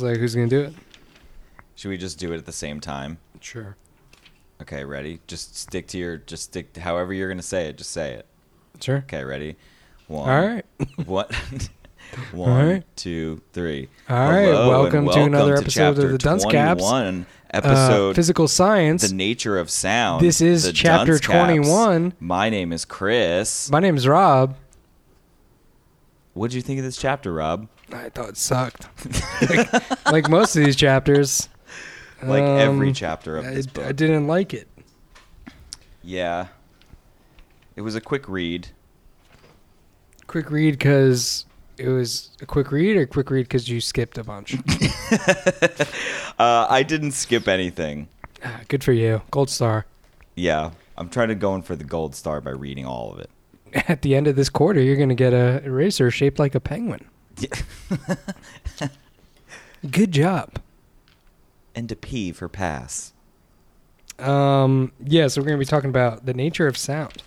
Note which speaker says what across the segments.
Speaker 1: like who's gonna do it?
Speaker 2: Should we just do it at the same time?
Speaker 1: Sure.
Speaker 2: Okay, ready? Just stick to your, just stick to however you're going to say it. Just say it.
Speaker 1: Sure.
Speaker 2: Okay, ready? One.
Speaker 1: All right.
Speaker 2: What?
Speaker 1: All
Speaker 2: One,
Speaker 1: right.
Speaker 2: two, three.
Speaker 1: All right,
Speaker 2: Hello, and
Speaker 1: welcome to another episode of
Speaker 2: chapter
Speaker 1: the Dunce Caps.
Speaker 2: 21,
Speaker 1: Uh,
Speaker 2: episode
Speaker 1: physical science.
Speaker 2: The Nature of Sound.
Speaker 1: This is
Speaker 2: the
Speaker 1: chapter
Speaker 2: Dunce Caps.
Speaker 1: 21.
Speaker 2: My name is Chris.
Speaker 1: My name's Rob.
Speaker 2: What did you think of this chapter, Rob?
Speaker 1: I thought it sucked. like, like most of these chapters.
Speaker 2: Like every
Speaker 1: Um,
Speaker 2: chapter of
Speaker 1: I,
Speaker 2: this book.
Speaker 1: I didn't like it.
Speaker 2: Yeah. It was a quick read.
Speaker 1: Quick read because it was a quick read, or quick read because you skipped a bunch.
Speaker 2: Uh, I didn't skip anything.
Speaker 1: Ah, Good for you, gold star.
Speaker 2: Yeah. I'm trying to go in for the gold star by reading all of it.
Speaker 1: At the end of this quarter, you're gonna get a eraser shaped like a penguin.
Speaker 2: Yeah.
Speaker 1: Good job.
Speaker 2: and a P for pass.
Speaker 1: Um, yeah, so we're gonna be talking about the nature of sound.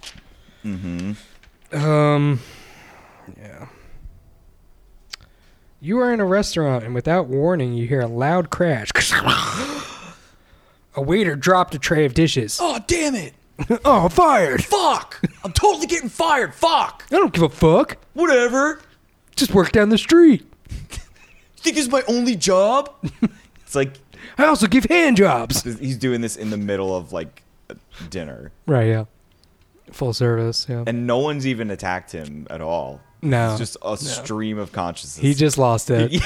Speaker 2: Mm-hmm.
Speaker 1: Um, yeah. You are in a restaurant, and without warning, you hear a loud crash. a waiter dropped a tray of dishes.
Speaker 2: Oh, damn it.
Speaker 1: oh, fired!
Speaker 2: Fuck. I'm totally getting fired. Fuck.
Speaker 1: I don't give a fuck.
Speaker 2: Whatever.
Speaker 1: Just work down the street.
Speaker 2: Think this is my only job? it's like
Speaker 1: I also give hand jobs.
Speaker 2: he's doing this in the middle of like dinner
Speaker 1: Right, yeah. Full service, yeah.
Speaker 2: and no one's even attacked him at all.
Speaker 1: No.
Speaker 2: It's just a stream of consciousness.
Speaker 1: he just lost it.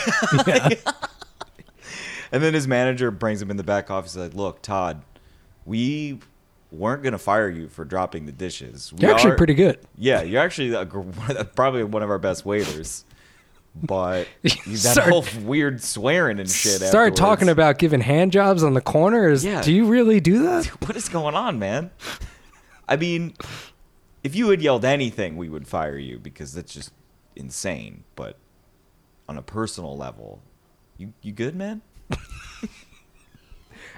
Speaker 2: and then his manager brings him in the back office like, "Look, Todd, we weren't going to fire you for dropping the dishes. We
Speaker 1: You're actually
Speaker 2: are-
Speaker 1: pretty good.
Speaker 2: Yeah, you're actually a, gr- one of the- probably one of our best waiters. But you- that
Speaker 1: Start-
Speaker 2: whole weird swearing and shit.
Speaker 1: Started talking
Speaker 2: afterwards.
Speaker 1: about giving hand jobs on the corner. Is,
Speaker 2: Yeah.
Speaker 1: Do you really do that?
Speaker 2: what is going on, man. I mean, if you had yelled anything, we would fire you because that's just insane. But on a personal level, you you good, man?
Speaker 1: I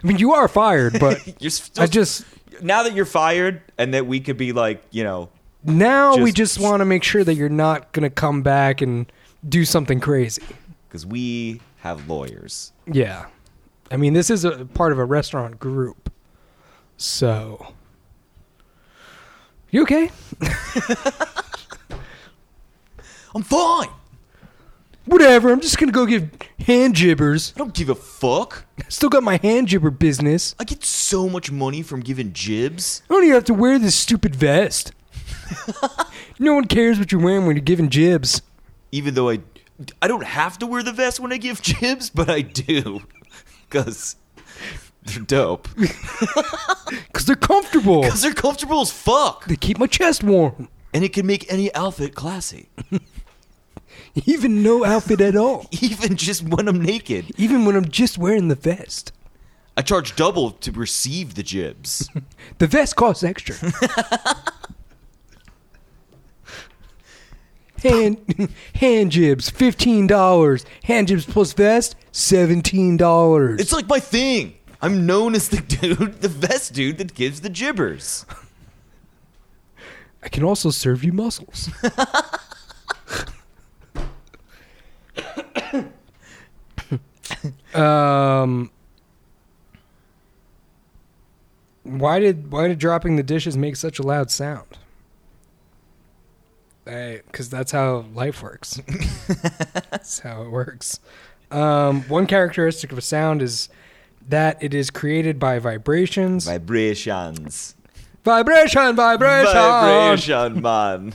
Speaker 1: mean, you are fired, but
Speaker 2: You're still,
Speaker 1: I just
Speaker 2: now that you're fired and that we could be like, you know,
Speaker 1: Now we
Speaker 2: Just-
Speaker 1: just want to make sure that you're not going to come back and do something crazy.
Speaker 2: because we have lawyers.
Speaker 1: Yeah. I mean, this is a part of a restaurant group. So. You okay?
Speaker 2: I'm fine.
Speaker 1: Whatever. I'm just going to go give hand jibbers.
Speaker 2: I don't give a fuck.
Speaker 1: Still got my hand jibber business.
Speaker 2: I get so much money from giving jibs.
Speaker 1: I don't even have to wear this stupid vest. no one cares what you're wearing when you're giving jibs.
Speaker 2: even though I I don't have to wear the vest when I give jibs, but I do because they're dope.
Speaker 1: Because they're comfortable.
Speaker 2: Because they're comfortable as fuck,
Speaker 1: They keep my chest warm.
Speaker 2: and it can make any outfit classy,
Speaker 1: Even no outfit at all.
Speaker 2: even just when I'm naked.
Speaker 1: Even when I'm just wearing the vest.
Speaker 2: I charge double to receive the jibs.
Speaker 1: The vest costs extra. hand hand jibs, fifteen dollars. Hand jibs plus vest, seventeen dollars.
Speaker 2: It's like my thing. I'm known as the dude, the vest dude that gives the jibbers.
Speaker 1: I can also serve you mussels. um. Why did why did dropping the dishes make such a loud sound? Because that's how life works. that's how it works. Um, one characteristic of a sound is that it is created by vibrations.
Speaker 2: Vibrations.
Speaker 1: vibration, vibration,
Speaker 2: Vibration, man.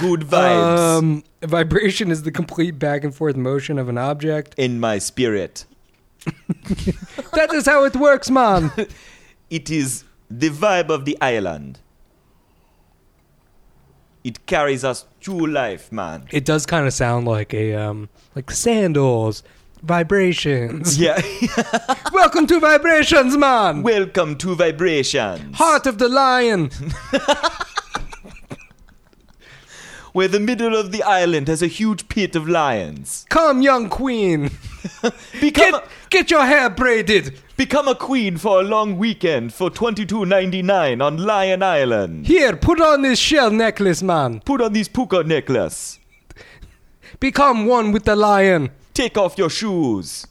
Speaker 2: Good vibes
Speaker 1: Um, vibration is the complete back and forth motion of an object.
Speaker 2: in my spirit.
Speaker 1: that is how it works, man.
Speaker 2: It is the vibe of the island. It carries us to life, man.
Speaker 1: it does kind of sound like a um, like sandals, vibrations.
Speaker 2: Yeah.
Speaker 1: Welcome to vibrations, man.
Speaker 2: Welcome to Vibrations,
Speaker 1: Heart of the lion.
Speaker 2: where the middle of the island has a huge pit of lions.
Speaker 1: Come, young queen.
Speaker 2: Become,
Speaker 1: Get get your hair braided.
Speaker 2: become a queen for a long weekend for twenty two ninety nine on Lion Island.
Speaker 1: Here, put on this shell necklace, man.
Speaker 2: Put on these puka necklace.
Speaker 1: Become one with the lion.
Speaker 2: Take off your shoes.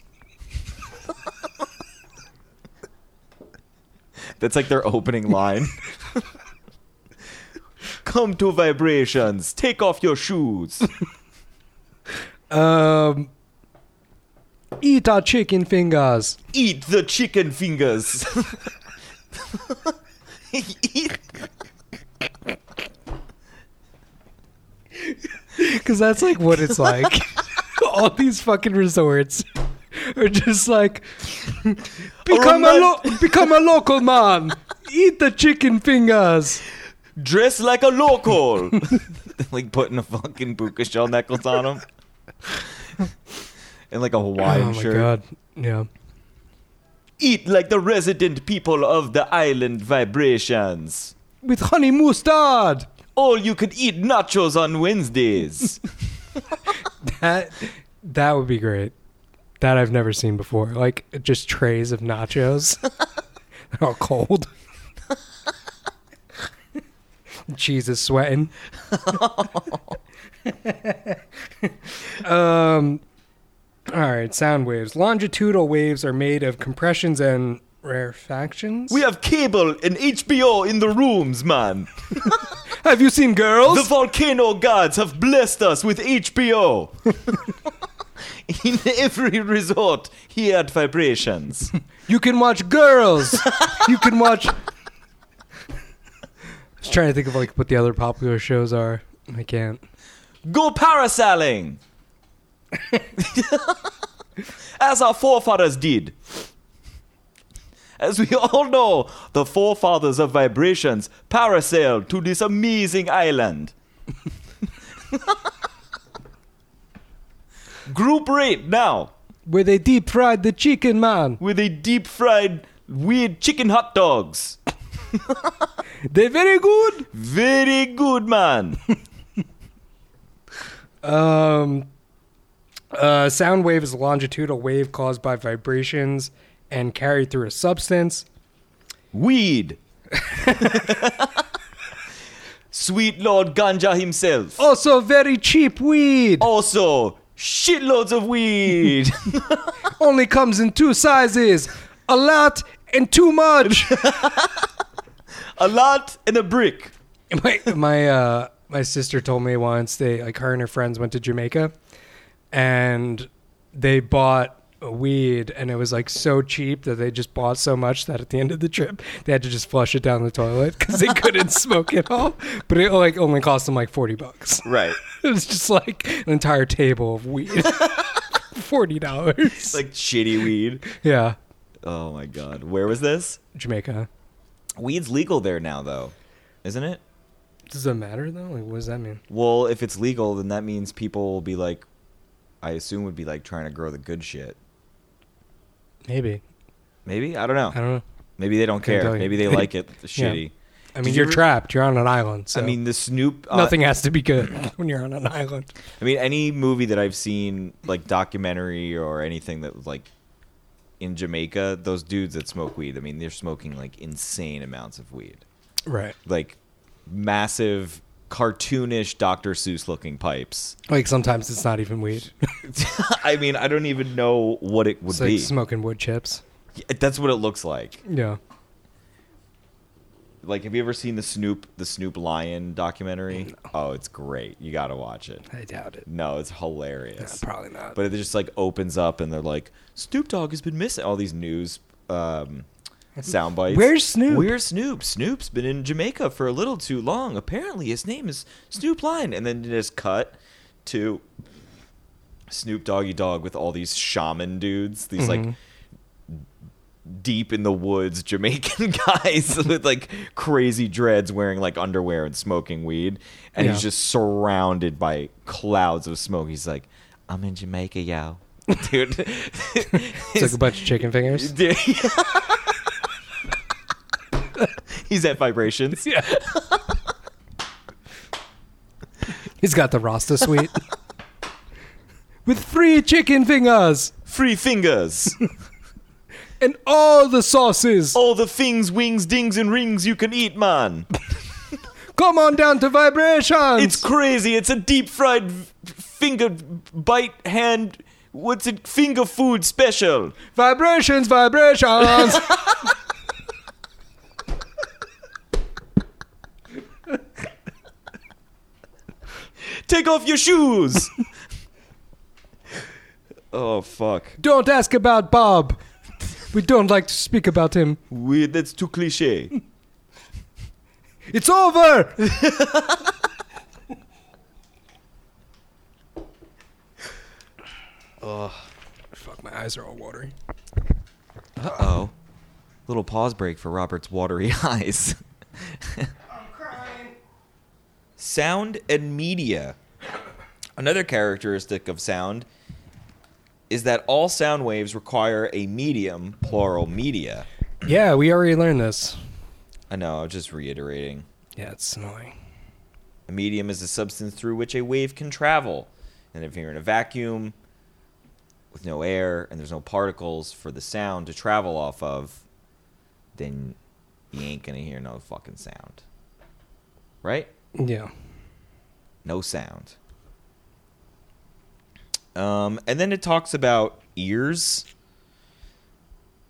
Speaker 2: That's like their opening line. Come to vibrations. Take off your shoes.
Speaker 1: Um, eat our chicken fingers.
Speaker 2: Eat the chicken fingers. Eat.
Speaker 1: Because that's like what it's like. All these fucking resorts are just like become a lo- become a local man. Eat the chicken fingers.
Speaker 2: Dress like a local. like putting a fucking puka shell necklace on him. and like a Hawaiian
Speaker 1: oh my
Speaker 2: shirt.
Speaker 1: god! Yeah.
Speaker 2: Eat like the resident people of the island vibrations.
Speaker 1: With honey mustard.
Speaker 2: All you could eat nachos on Wednesdays.
Speaker 1: That that would be great. That I've never seen before. Like just trays of nachos. They're all cold. Cheese is sweating. um all right, sound waves. Longitudinal waves are made of compressions and rarefactions.
Speaker 2: we have cable and HBO in the rooms, man.
Speaker 1: have you seen girls?
Speaker 2: The volcano gods have blessed us with HBO. in every resort here at Vibrations.
Speaker 1: You can watch girls. you can watch. I was trying to think of like what the other popular shows are. I can't.
Speaker 2: Go parasailing! As our forefathers did. As we all know, the forefathers of Vibrations parasailed to this amazing island. Group rate now.
Speaker 1: Where they deep fried the chicken, man.
Speaker 2: with a deep fried weird chicken hot dogs.
Speaker 1: They're very good.
Speaker 2: Very good, man.
Speaker 1: Um, uh, sound wave is a longitudinal wave caused by vibrations and carried through a substance.
Speaker 2: Weed. Sweet Lord Ganja himself.
Speaker 1: Also, very cheap
Speaker 2: Oh.
Speaker 1: weed.
Speaker 2: Also, shitloads of weed.
Speaker 1: Only comes in two sizes a lot and too much.
Speaker 2: a lot and a brick.
Speaker 1: my my uh my sister told me once they like her and her friends went to Jamaica and they bought weed and it was like so cheap that they just bought so much that at the end of the trip they had to just flush it down the toilet because they couldn't smoke it all but it like only cost them like 40 bucks
Speaker 2: Right.
Speaker 1: it was just like an entire table of weed 40 dollars
Speaker 2: Like shitty weed.
Speaker 1: yeah
Speaker 2: Oh my god. Where was this?
Speaker 1: Jamaica
Speaker 2: Weed's legal there now, though, isn't it?
Speaker 1: does that matter though like what does that mean
Speaker 2: Well, if it's legal, then that means people will be like, I assume would be like trying to grow the good shit.
Speaker 1: maybe
Speaker 2: Maybe? I don't know.
Speaker 1: I don't know
Speaker 2: Maybe they don't
Speaker 1: Couldn't
Speaker 2: care.
Speaker 1: tell you.
Speaker 2: Maybe they like it shitty.
Speaker 1: I
Speaker 2: Did
Speaker 1: mean
Speaker 2: you
Speaker 1: you're
Speaker 2: ever-
Speaker 1: trapped you're on an island so
Speaker 2: I mean, the Snoop. Uh,
Speaker 1: Nothing has to be good when you're on an island.
Speaker 2: I mean, any movie that I've seen, like documentary or anything that was like in Jamaica, those dudes that smoke weed. I mean, they're smoking like insane amounts of weed,
Speaker 1: Right.
Speaker 2: like massive, cartoonish Dr. Seuss looking pipes.
Speaker 1: Like sometimes it's not even weed.
Speaker 2: I mean, I don't even know what it would
Speaker 1: It's like
Speaker 2: be.
Speaker 1: smoking wood chips.
Speaker 2: That's what it looks like.
Speaker 1: Yeah.
Speaker 2: Like, have you ever seen the Snoop the Snoop Lion documentary? Oh, it's great. You got to watch it.
Speaker 1: I doubt it.
Speaker 2: No, it's hilarious.
Speaker 1: Probably not.
Speaker 2: but it just like opens up and they're like snoop dogg has been missing all these news um sound bites
Speaker 1: Where's Snoop?
Speaker 2: where's snoop snoop's been in jamaica for a little too long apparently his name is snoop lion and then it is cut to snoop doggy dog with all these shaman dudes these like
Speaker 1: Mm-hmm.
Speaker 2: deep in the woods jamaican guys with like crazy dreads wearing like underwear and smoking weed and he's
Speaker 1: Yeah.
Speaker 2: just surrounded by clouds of smoke he's like i'm in jamaica yo dude
Speaker 1: it's like a bunch of chicken fingers.
Speaker 2: Dude. he's at vibrations
Speaker 1: Yeah. He's got the Rasta suite. With free chicken fingers
Speaker 2: free fingers
Speaker 1: and all the sauces.
Speaker 2: all the things wings dings and rings you can eat man
Speaker 1: Come on down to vibrations.
Speaker 2: It's crazy. It's a deep fried v- finger bite hand What's it? Finger food special.
Speaker 1: Vibrations, vibrations.
Speaker 2: Take off your shoes. oh fuck.
Speaker 1: don't ask about Bob. We don't like to speak about him.
Speaker 2: We, that's too cliche.
Speaker 1: It's over.
Speaker 2: Ugh.
Speaker 1: Fuck, my eyes are all watery.
Speaker 2: Uh oh. Little pause break for Robert's watery eyes.
Speaker 1: I'm crying.
Speaker 2: sound and media. Another characteristic of sound is that all sound waves require a medium, plural media.
Speaker 1: Yeah, we already learned this.
Speaker 2: I know, I'm just reiterating.
Speaker 1: Yeah, it's annoying.
Speaker 2: A medium is a substance through which a wave can travel. And if you're in a vacuum with no air and there's no particles for the sound to travel off of, then you ain't gonna hear no fucking sound. Right?
Speaker 1: Yeah.
Speaker 2: no sound. Um, and then it talks about ears.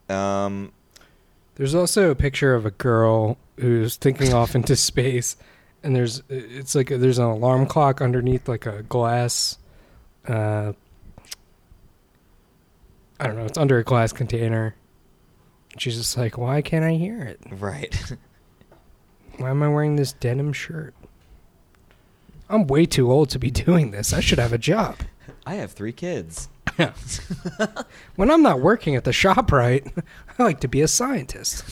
Speaker 2: Um,
Speaker 1: There's also a picture of a girl who's thinking off into space, and there's it's like there's an alarm clock underneath like a glass. Uh, I don't know. It's under a glass container. She's just like, why can't I hear it?
Speaker 2: right.
Speaker 1: Why am I wearing this denim shirt? I'm way too old to be doing this. I should have a job.
Speaker 2: I have three kids.
Speaker 1: When I'm not working at the shop right, I like to be a scientist.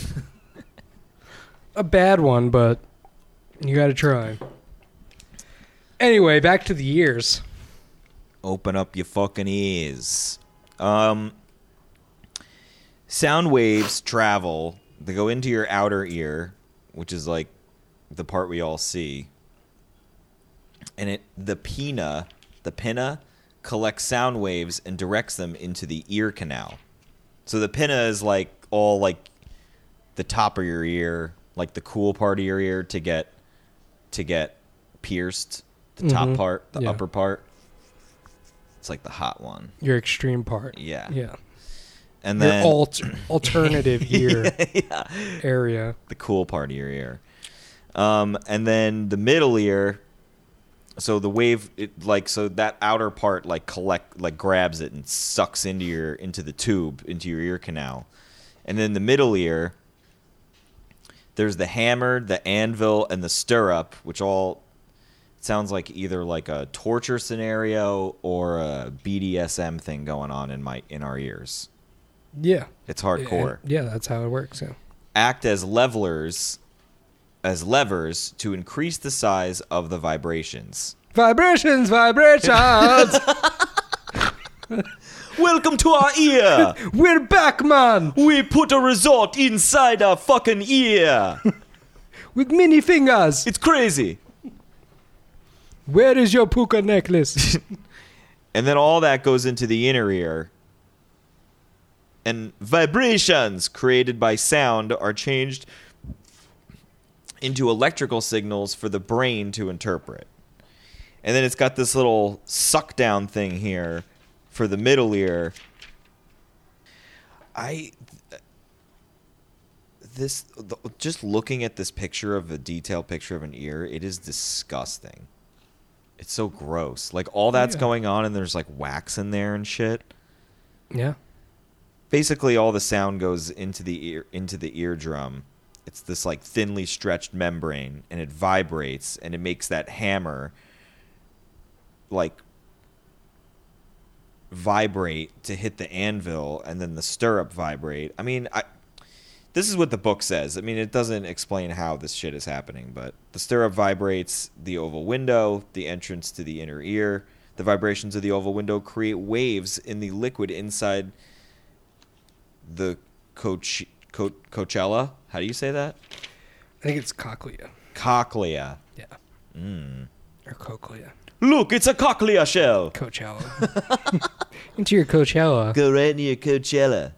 Speaker 1: a bad one, but you gotta try. Anyway, back to the years.
Speaker 2: Open up your fucking ears. Um, sound waves travel. They go into your outer ear, which is like the part we all see. And it the pinna, the pinna collects sound waves and directs them into the ear canal. So the pinna is like all like the top of your ear, like the cool part of your ear to get to get pierced, the top part, the
Speaker 1: Yeah.
Speaker 2: upper part. It's like the hot one.
Speaker 1: Your extreme part.
Speaker 2: Yeah.
Speaker 1: Yeah.
Speaker 2: And
Speaker 1: Your
Speaker 2: then
Speaker 1: alt- alternative ear area.
Speaker 2: the cool part of your ear. Um, and then the middle ear. So the wave, it, like so that outer part, like collect, like grabs it and sucks into your into the tube into your ear canal, and then the middle ear. There's the hammer, the anvil, and the stirrup, which all sounds like either like a torture scenario or a BDSM thing going on in my in our ears.
Speaker 1: Yeah.
Speaker 2: It's hardcore
Speaker 1: And- yeah, that's how it works. Yeah.
Speaker 2: act as levelers as levers to increase the size of the vibrations.
Speaker 1: Vibrations, vibrations.
Speaker 2: Welcome to our ear.
Speaker 1: We're back, man,
Speaker 2: We put a resort inside our fucking ear.
Speaker 1: with mini fingers.
Speaker 2: It's crazy.
Speaker 1: Where is your puka necklace?
Speaker 2: And then all that goes into the inner ear. And vibrations created by sound are changed into electrical signals for the brain to interpret. And then it's got this little suck down thing here for the middle ear. I this the- just looking at this picture of a detailed picture of an ear, it is disgusting. It's so gross. Like all that's
Speaker 1: Yeah.
Speaker 2: going on and there's like wax in there and shit.
Speaker 1: yeah.
Speaker 2: Basically all the sound goes into the ear into the eardrum. It's this like thinly stretched membrane and it vibrates and it makes that hammer like vibrate to hit the anvil and then the stirrup vibrate. I mean, I this is what the book says. I mean, it doesn't explain how this shit is happening, but the stirrup vibrates the oval window, the entrance to the inner ear. The vibrations of the oval window create waves in the liquid inside the coach, co- coachella. How do you say that?
Speaker 1: I think it's cochlea.
Speaker 2: Cochlea.
Speaker 1: Yeah.
Speaker 2: Mm.
Speaker 1: Or cochlea.
Speaker 2: Look, it's a cochlea shell.
Speaker 1: Coachella. Into your Coachella.
Speaker 2: Go right into your Coachella.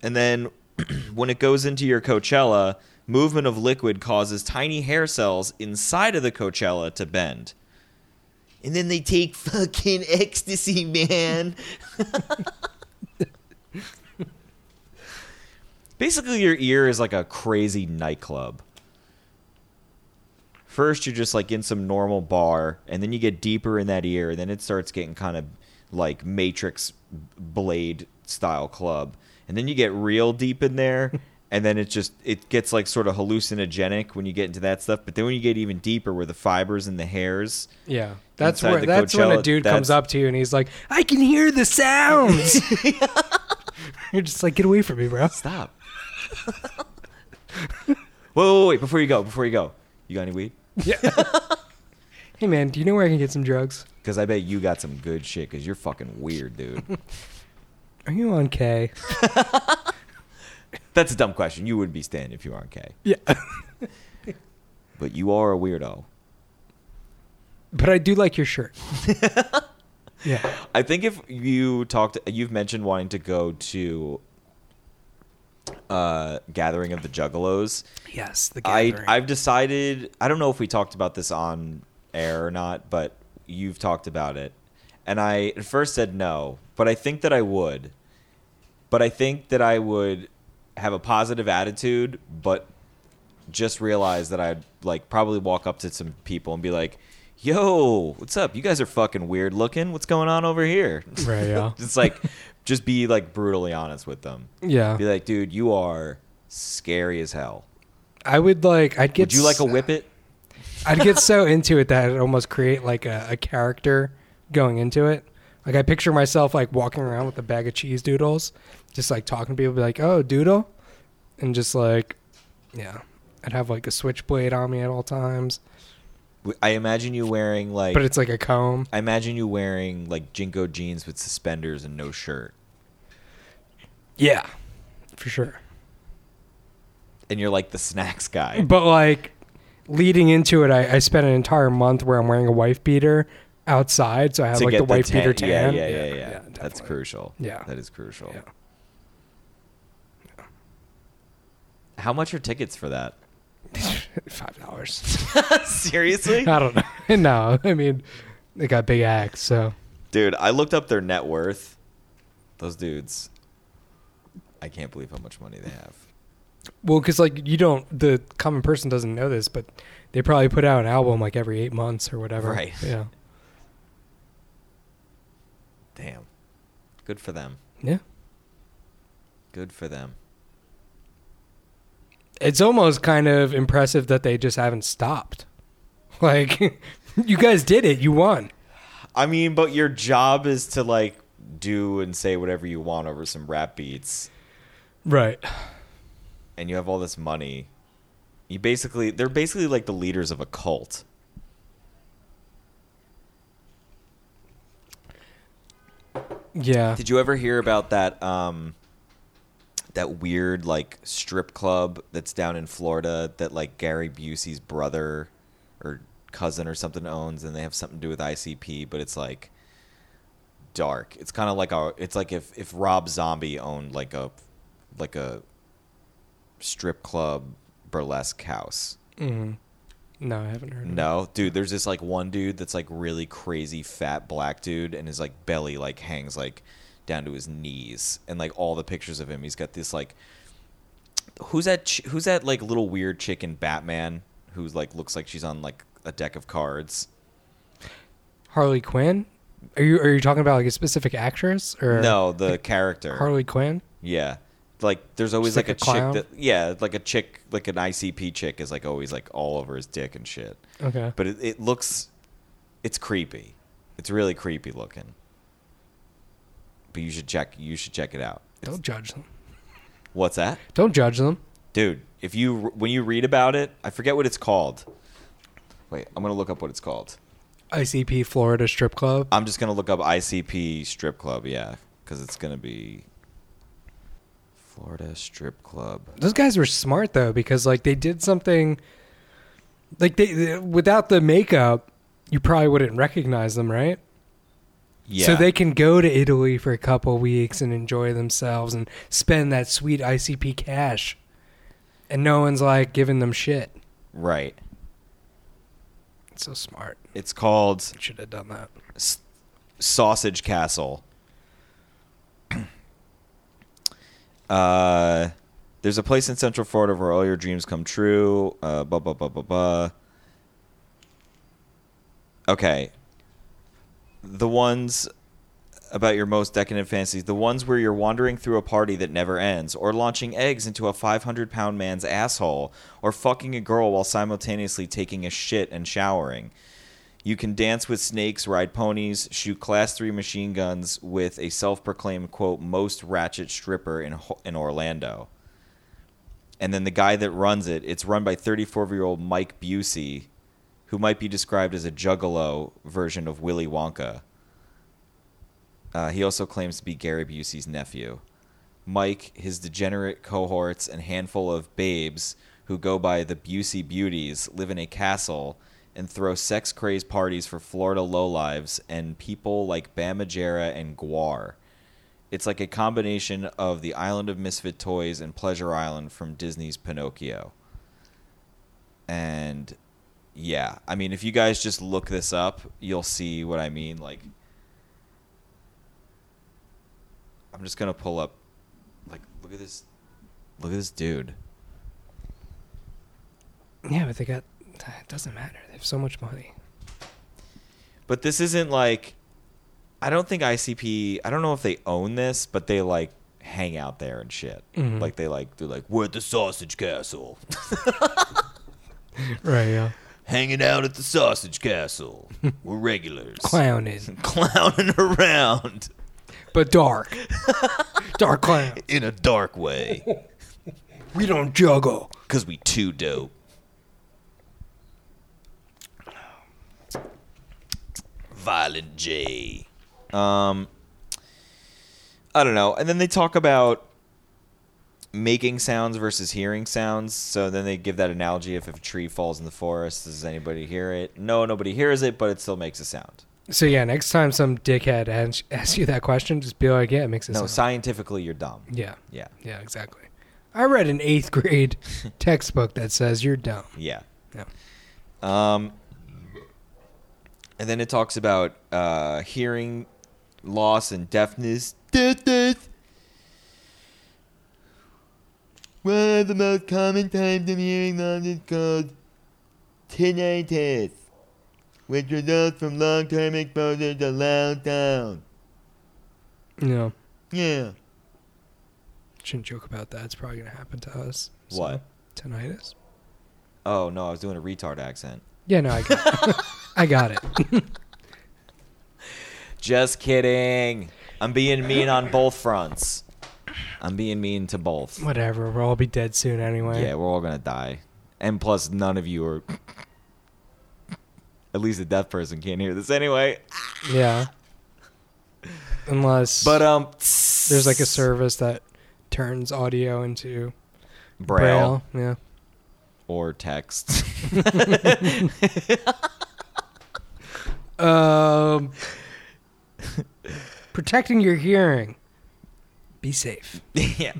Speaker 2: And then when it goes into your Coachella, movement of liquid causes tiny hair cells inside of the Coachella to bend.
Speaker 3: and then they take fucking ecstasy, man.
Speaker 2: Basically, your ear is like a crazy nightclub. First, you're just like in some normal bar, and then you get deeper in that ear, and then it starts getting kind of like Matrix Blade style club, and then you get real deep in there, and then it just it gets like sort of hallucinogenic when you get into that stuff. But then when you get even deeper, where the fibers and the hairs,
Speaker 1: Yeah, that's
Speaker 2: Inside
Speaker 1: where
Speaker 2: the
Speaker 1: that's when a
Speaker 2: Coachella,
Speaker 1: dude comes
Speaker 2: that's-
Speaker 1: up to you and he's like, "I can hear the sounds." You're just like, "Get away from me, bro."
Speaker 2: stop. whoa, wait, wait, before you go, before you go, you got any weed?
Speaker 1: Yeah. hey man, do you know where I can get some drugs?
Speaker 2: Because I bet you got some good shit. Because you're fucking weird, dude.
Speaker 1: Are you on K?
Speaker 2: That's a dumb question. You would be Stan if you aren't K.
Speaker 1: Yeah.
Speaker 2: But you are a weirdo.
Speaker 1: but I do like your shirt. yeah.
Speaker 2: I think if you talked, you've mentioned wanting to go to uh, Gathering of the Juggalos.
Speaker 1: Yes, the
Speaker 2: I
Speaker 1: gathering.
Speaker 2: I've decided. I don't know if we talked about this on air or not, but you've talked about it, and I at first said no, but I think that I would. But I think that I would have a positive attitude, but just realize that I'd like probably walk up to some people and be like, "Yo, what's up? You guys are fucking weird looking. What's going on over here?"
Speaker 1: Right, yeah.
Speaker 2: it's like just be like brutally honest with them. Be
Speaker 1: yeah.
Speaker 2: like, "Dude, you are scary as hell."
Speaker 1: I would like I'd get
Speaker 2: Would you like a
Speaker 1: s-
Speaker 2: whip it?
Speaker 1: I'd get so into it that I'd almost create like a, a character going into it. Like I picture myself like walking around with a bag of cheese doodles, just like talking to people, be like, "Oh, doodle," and just like, yeah, I'd have like a switchblade on me at all times,
Speaker 2: W- I imagine you wearing like
Speaker 1: but it's like a comb.
Speaker 2: I imagine you wearing like jinko jeans with suspenders and no shirt.
Speaker 1: Yeah, for sure.
Speaker 2: And you're like the snacks guy.
Speaker 1: But like leading into it, I, I spent an entire month where I'm wearing a wife beater outside, so I have
Speaker 2: to
Speaker 1: like
Speaker 2: get
Speaker 1: the wife
Speaker 2: tan-
Speaker 1: beater tan.
Speaker 2: Yeah, yeah, yeah, yeah. That's
Speaker 1: definitely.
Speaker 2: crucial.
Speaker 1: Yeah.
Speaker 2: That is crucial.
Speaker 1: Yeah.
Speaker 2: How much are tickets for that?
Speaker 1: Five dollars.
Speaker 2: Seriously?
Speaker 1: I don't know. no, I mean, they got big acts, so
Speaker 2: Dude, I looked up their net worth. Those dudes. I can't believe how much money they have.
Speaker 1: well, because like you don't, the common person doesn't know this, but they probably put out an album like every eight months or whatever.
Speaker 2: Right.
Speaker 1: Yeah.
Speaker 2: Damn. Good for them.
Speaker 1: Yeah.
Speaker 2: Good for them.
Speaker 1: It's almost kind of impressive that they just haven't stopped. Like, you guys did it. You won.
Speaker 2: I mean, but your job is to like do and say whatever you want over some rap beats,
Speaker 1: Right.
Speaker 2: and you have all this money. You basically, they're basically like the leaders of a cult.
Speaker 1: Yeah.
Speaker 2: Did you ever hear about that? Um, that weird like strip club that's down in Florida that like Gary Busey's brother or cousin or something owns, and they have something to do with ICP, but it's like dark. It's kind of like a. It's like if if Rob Zombie owned like a like a strip club burlesque house.
Speaker 1: Mhm. No, I haven't heard. Of it.
Speaker 2: No, dude, there's this like one dude that's like really crazy fat black dude and his like belly like hangs like down to his knees and like all the pictures of him he's got this like who's that ch- who's that like little weird chick in Batman who's like looks like she's on like a deck of cards.
Speaker 1: Harley Quinn. Are you are you talking about like a specific actress or
Speaker 2: No, the character.
Speaker 1: Harley Quinn?
Speaker 2: Yeah. Like there's always
Speaker 1: Just
Speaker 2: like,
Speaker 1: like
Speaker 2: a,
Speaker 1: a clown?
Speaker 2: chick that yeah, like a chick like an ICP chick is like always like all over his dick and shit.
Speaker 1: Okay.
Speaker 2: But it, it looks it's creepy. It's really creepy looking. But you should check you should check it out. It's-
Speaker 1: Don't judge them.
Speaker 2: What's that?
Speaker 1: Don't judge them.
Speaker 2: Dude, if you when you read about it, I forget what it's called. Wait, I'm going to look up what it's called.
Speaker 1: ICP Florida strip club.
Speaker 2: I'm just going to look up ICP strip club, yeah, cuz it's going to be Florida strip club.
Speaker 1: Those guys were smart though because like they did something like they, they- without the makeup, you probably wouldn't recognize them, right?
Speaker 2: Yeah.
Speaker 1: So they can go to Italy for a couple weeks and enjoy themselves and spend that sweet ICP cash. And no one's like giving them shit.
Speaker 2: right.
Speaker 1: It's so smart.
Speaker 2: It's called
Speaker 1: Should have done that.
Speaker 2: S- Sausage Castle. uh, there's a place in Central Florida where all your dreams come true. Uh, blah blah blah blah blah. Okay. The ones about your most decadent fantasies, the ones where you're wandering through a party that never ends, or launching eggs into a 500 pound man's asshole, or fucking a girl while simultaneously taking a shit and showering. You can dance with snakes, ride ponies, shoot class three machine guns with a self-proclaimed quote most ratchet stripper in Ho- in Orlando. And then the guy that runs it, it's run by 34-year-old Mike Busey, who might be described as a juggalo version of Willy Wonka. Uh, he also claims to be Gary Busey's nephew. Mike, his degenerate cohorts, and handful of babes who go by the Busey Beauties live in a castle and throw sex crazed parties for Florida lowlives and people like Bamajera and Guar. It's like a combination of the Island of Misfit Toys and Pleasure Island from Disney's Pinocchio. And yeah, I mean, if you guys just look this up, you'll see what I mean. Like, I'm just gonna pull up. Like, look at this. Look at this dude.
Speaker 1: Yeah, but they got. It doesn't matter. They have so much money.
Speaker 2: But this isn't like. I don't think ICP. I don't know if they own this, but they like hang out there and shit.
Speaker 1: Mhm.
Speaker 2: Like they like they're like we're at the sausage castle,
Speaker 1: Right. Yeah.
Speaker 2: hanging out at the sausage castle. we're regulars,
Speaker 1: Clown is,
Speaker 2: clowning around
Speaker 1: but dark. dark clown.
Speaker 2: in a dark way
Speaker 1: We don't juggle.
Speaker 2: because we too dope. Violent J. Um, I don't know. And then they talk about making sounds versus hearing sounds. So then they give that analogy if, if a tree falls in the forest, does anybody hear it? No, nobody hears it, but it still makes a sound.
Speaker 1: So yeah, next time some dickhead ans- asks you that question, just be like, "Yeah, it makes it
Speaker 2: No,
Speaker 1: sound."
Speaker 2: scientifically, you're dumb.
Speaker 1: yeah.
Speaker 2: Yeah.
Speaker 1: Yeah. Exactly. I read an eighth grade textbook that says you're dumb.
Speaker 2: Yeah.
Speaker 1: Yeah.
Speaker 2: Um, and then it talks about uh, hearing loss and deafness. Deafness.
Speaker 3: One of the most common types of hearing loss is called tinnitus, which results from long-term exposure to loud sound.
Speaker 1: No,
Speaker 3: Yeah.
Speaker 1: shouldn't joke about that. It's probably gonna happen to us. So,
Speaker 2: What?
Speaker 1: Tinnitus.
Speaker 2: Oh no, I was doing a retard accent.
Speaker 1: Yeah. No, I got. I got it.
Speaker 2: Just kidding. I'm being mean on both fronts. I'm being mean to both.
Speaker 1: Whatever. We'll all be dead soon anyway.
Speaker 2: Yeah, we're all gonna die. And plus, none of you are. At least the deaf person can't hear this anyway.
Speaker 1: Yeah. Unless
Speaker 2: But um,
Speaker 1: there's like a service that turns audio into
Speaker 2: braille.
Speaker 1: braille. Yeah.
Speaker 2: or text.
Speaker 1: Um, protecting your hearing. Be safe.
Speaker 2: yeah.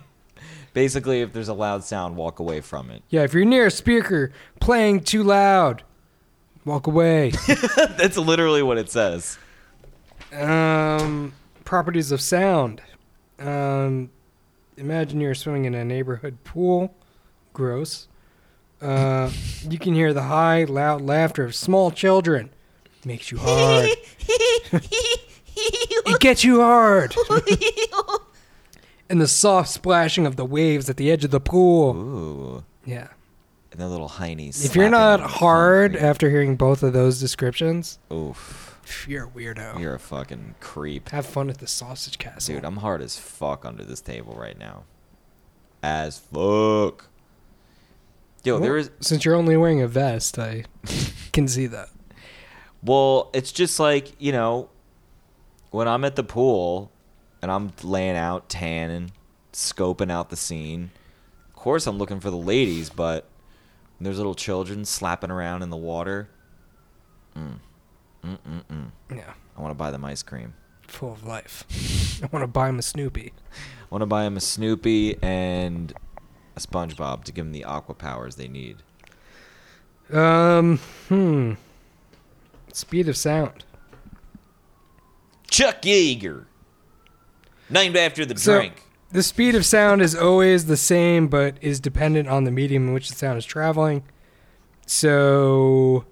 Speaker 2: Basically, if there's a loud sound, walk away from it.
Speaker 1: Yeah, if you're near a speaker playing too loud, walk away.
Speaker 2: That's literally what it says.
Speaker 1: um, properties of sound. Um, imagine you're swimming in a neighborhood pool. Gross. Uh, you can hear the high, loud laughter of small children. Makes you hard. it gets you hard. and the soft splashing of the waves at the edge of the pool.
Speaker 2: Ooh.
Speaker 1: Yeah.
Speaker 2: And the little heinies.
Speaker 1: If you're not
Speaker 2: slapping on the
Speaker 1: hard
Speaker 2: concrete.
Speaker 1: after hearing both of those descriptions,
Speaker 2: Oof.
Speaker 1: you're a weirdo.
Speaker 2: You're a fucking creep.
Speaker 1: Have fun at the sausage castle.
Speaker 2: Dude, I'm hard as fuck under this table right now. As fuck. Yo,
Speaker 1: Well,
Speaker 2: there is.
Speaker 1: Since you're only wearing a vest, I can see that.
Speaker 2: Well, it's just like, you know, when I'm at the pool and I'm laying out, tanning, scoping out the scene, of course I'm looking for the ladies, but when there's little children slapping around in the water. Mm. Mm-mm-mm.
Speaker 1: Yeah,
Speaker 2: I want to buy them ice cream.
Speaker 1: full of life. I want to buy him a Snoopy.
Speaker 2: I want to buy them a Snoopy and a SpongeBob to give them the aqua powers they need.
Speaker 1: Um, hmm. Speed of sound.
Speaker 2: Chuck Yeager, named after the
Speaker 1: So-
Speaker 2: drink.
Speaker 1: The speed of sound is always the same, but is dependent on the medium in which the sound is traveling. So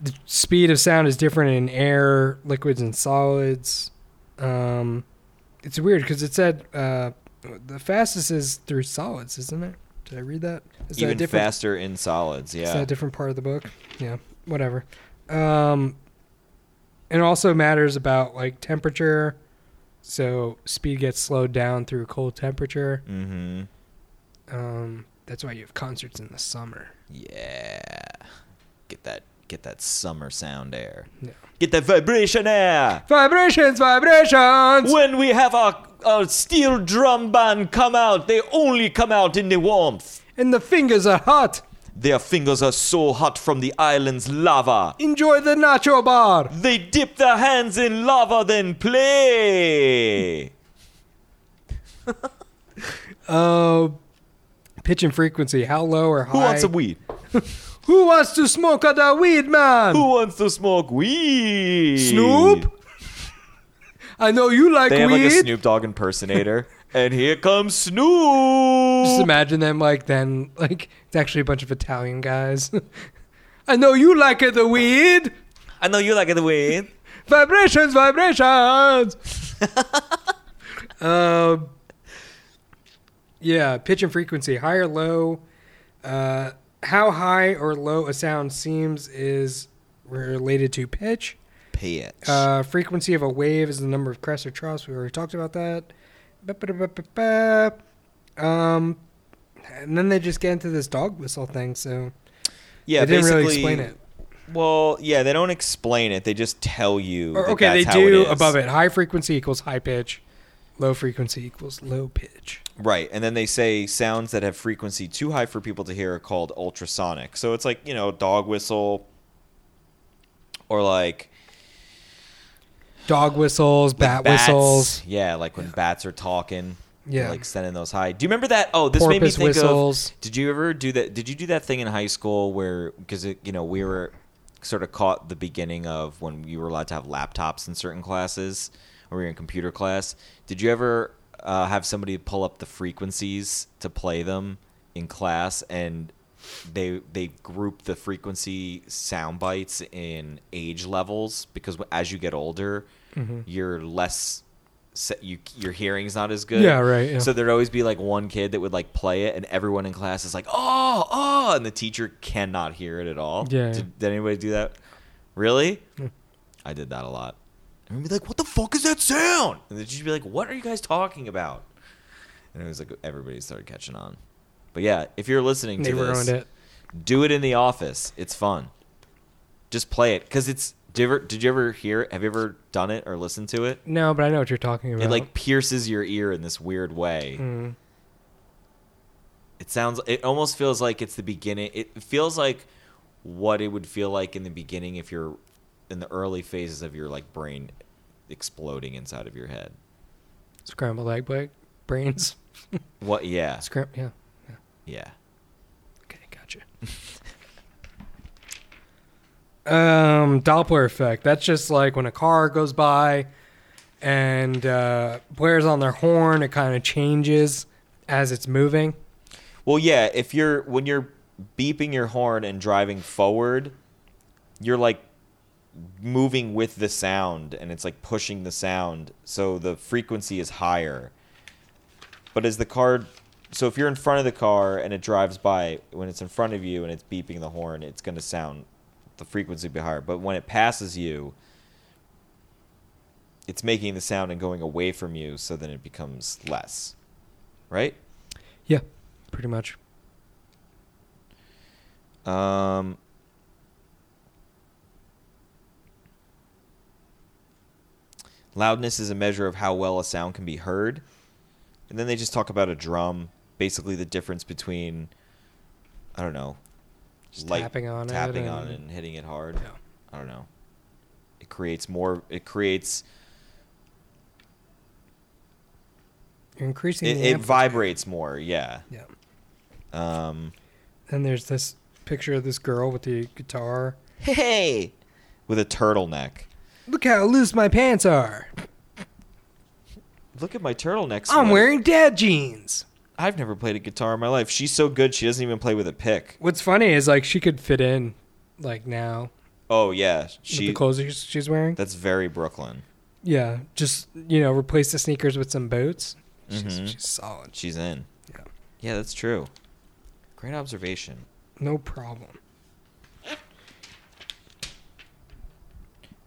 Speaker 1: the speed of sound is different in air, liquids, and solids. Um, it's weird because it said uh, the fastest is through solids, isn't it? Did I read that? Is that
Speaker 2: Even
Speaker 1: different?
Speaker 2: faster in solids.
Speaker 1: Is that
Speaker 2: Yeah.
Speaker 1: a different part of the book? Yeah, whatever. Um, it also matters about like temperature. So speed gets slowed down through cold temperature.
Speaker 2: Mm-hmm.
Speaker 1: Um, that's why you have concerts in the summer.
Speaker 2: Yeah. Get that. Get that summer sound air.
Speaker 1: Yeah.
Speaker 2: Get that vibration air.
Speaker 1: Vibrations, vibrations.
Speaker 2: When we have our, our steel drum band come out, they only come out in the warmth.
Speaker 1: And the fingers are hot.
Speaker 2: Their fingers are so hot from the island's lava.
Speaker 1: Enjoy the nacho bar.
Speaker 2: They dip their hands in lava, then play.
Speaker 1: Uh, pitch and frequency. How low or high?
Speaker 2: Who wants a weed?
Speaker 1: Who wants to smoke a da weed, man?
Speaker 2: Who wants to smoke weed?
Speaker 1: Hmm. Snoop. I know you like
Speaker 2: They have like
Speaker 1: weed.
Speaker 2: a Snoop Dogg impersonator. and here comes Snoop.
Speaker 1: Just imagine them like then like it's actually a bunch of Italian guys. I know you like it, the weed.
Speaker 2: I know you like it the weed.
Speaker 1: Vibrations, vibrations. um, yeah, pitch and frequency, high or low. Uh, how high or low a sound seems is related to pitch.
Speaker 2: Pitch.
Speaker 1: Uh, frequency of a wave is the number of crests or troughs. We already talked about that. Ba-ba-da-ba-ba-ba. Um, and then they just get into this dog whistle thing. So
Speaker 2: yeah,
Speaker 1: they didn't
Speaker 2: basically.
Speaker 1: really explain it.
Speaker 2: Well, yeah, they don't explain it. They just tell you.
Speaker 1: Or,
Speaker 2: that
Speaker 1: okay, they
Speaker 2: that's how
Speaker 1: do
Speaker 2: is.
Speaker 1: above it. High frequency equals high pitch. Low frequency equals low pitch.
Speaker 2: Right, and then they say sounds that have frequency too high for people to hear are called ultrasonic. So it's like you know, dog whistle, or like
Speaker 1: Dog whistles, bat
Speaker 2: like bats.
Speaker 1: whistles,
Speaker 2: Yeah, like when bats are talking. they're,
Speaker 1: Yeah.
Speaker 2: like sending those high. Do you remember that? Oh, this made me
Speaker 1: porpoise
Speaker 2: think of.
Speaker 1: whistles.
Speaker 2: Did you ever do that? Did you do that thing in high school where because you know we were sort of caught the beginning of when you were allowed to have laptops in certain classes or you're in computer class? Did you ever uh, have somebody pull up the frequencies to play them in class and they they group the frequency sound bites in age levels because as you get older,
Speaker 1: Mm-hmm.
Speaker 2: you're less. se- You, your hearing's not as good.
Speaker 1: Yeah, right, yeah.
Speaker 2: So there'd always be like one kid that would like play it, and everyone in class is like, "Oh, oh!" and the teacher cannot hear it at all.
Speaker 1: Yeah.
Speaker 2: Did, did anybody do that? Really? I did that a lot. And we'd be like, "What the fuck is that sound?" And they'd just be like, "What are you guys talking about?" And it was like everybody started catching on. But yeah, if you're listening
Speaker 1: They
Speaker 2: to
Speaker 1: ruined
Speaker 2: this,
Speaker 1: it.
Speaker 2: do it in the office. It's fun. Just play it because it's. Did you, ever, did you ever hear? Have you ever done it or listened to it?
Speaker 1: No, but I know what you're talking about.
Speaker 2: It like pierces your ear in this weird way.
Speaker 1: Mm.
Speaker 2: It sounds. It almost feels like it's the beginning. It feels like what it would feel like in the beginning if you're in the early phases of your like brain exploding inside of your head.
Speaker 1: scrambled egg black brains.
Speaker 2: What? Yeah.
Speaker 1: Scram. Yeah.
Speaker 2: Yeah.
Speaker 1: Okay, gotcha. um, Doppler effect. That's just like when a car goes by and uh, blares on their horn, it kind of changes as it's moving.
Speaker 2: Well, yeah. If you're when you're beeping your horn and driving forward, you're like moving with the sound, and it's like pushing the sound, so the frequency is higher. But as the car, so if you're in front of the car and it drives by, when it's in front of you and it's beeping the horn, it's going to sound the frequency will be higher. But when it passes you, it's making the sound and going away from you, so then it becomes less, right?
Speaker 1: Yeah, pretty much.
Speaker 2: Um, loudness is a measure of how well a sound can be heard. And then they just talk about a drum, basically the difference between, I don't know,
Speaker 1: Just
Speaker 2: light-
Speaker 1: tapping on it
Speaker 2: tapping on
Speaker 1: and-
Speaker 2: it and hitting it hard.
Speaker 1: Yeah.
Speaker 2: I don't know. It creates more. It creates.
Speaker 1: You're increasing
Speaker 2: It,
Speaker 1: the
Speaker 2: it
Speaker 1: amp-
Speaker 2: vibrates more. Yeah.
Speaker 1: Yeah.
Speaker 2: Um.
Speaker 1: Then there's this picture of this girl with the guitar.
Speaker 2: Hey. with a turtleneck.
Speaker 1: Look how loose my pants are.
Speaker 2: Look at my turtleneck.
Speaker 1: I'm
Speaker 2: sweater.
Speaker 1: wearing dad jeans.
Speaker 2: I've never played a guitar in my life. She's so good, she doesn't even play with a pick.
Speaker 1: What's funny is like she could fit in like now
Speaker 2: Oh yeah,
Speaker 1: with
Speaker 2: she.
Speaker 1: the clothes she's- she's wearing.
Speaker 2: That's very Brooklyn.
Speaker 1: yeah, just you know, replace the sneakers with some boots. She's,
Speaker 2: Mhm.
Speaker 1: she's solid.
Speaker 2: She's in.
Speaker 1: Yeah.
Speaker 2: Yeah, that's true. Great observation.
Speaker 1: No problem.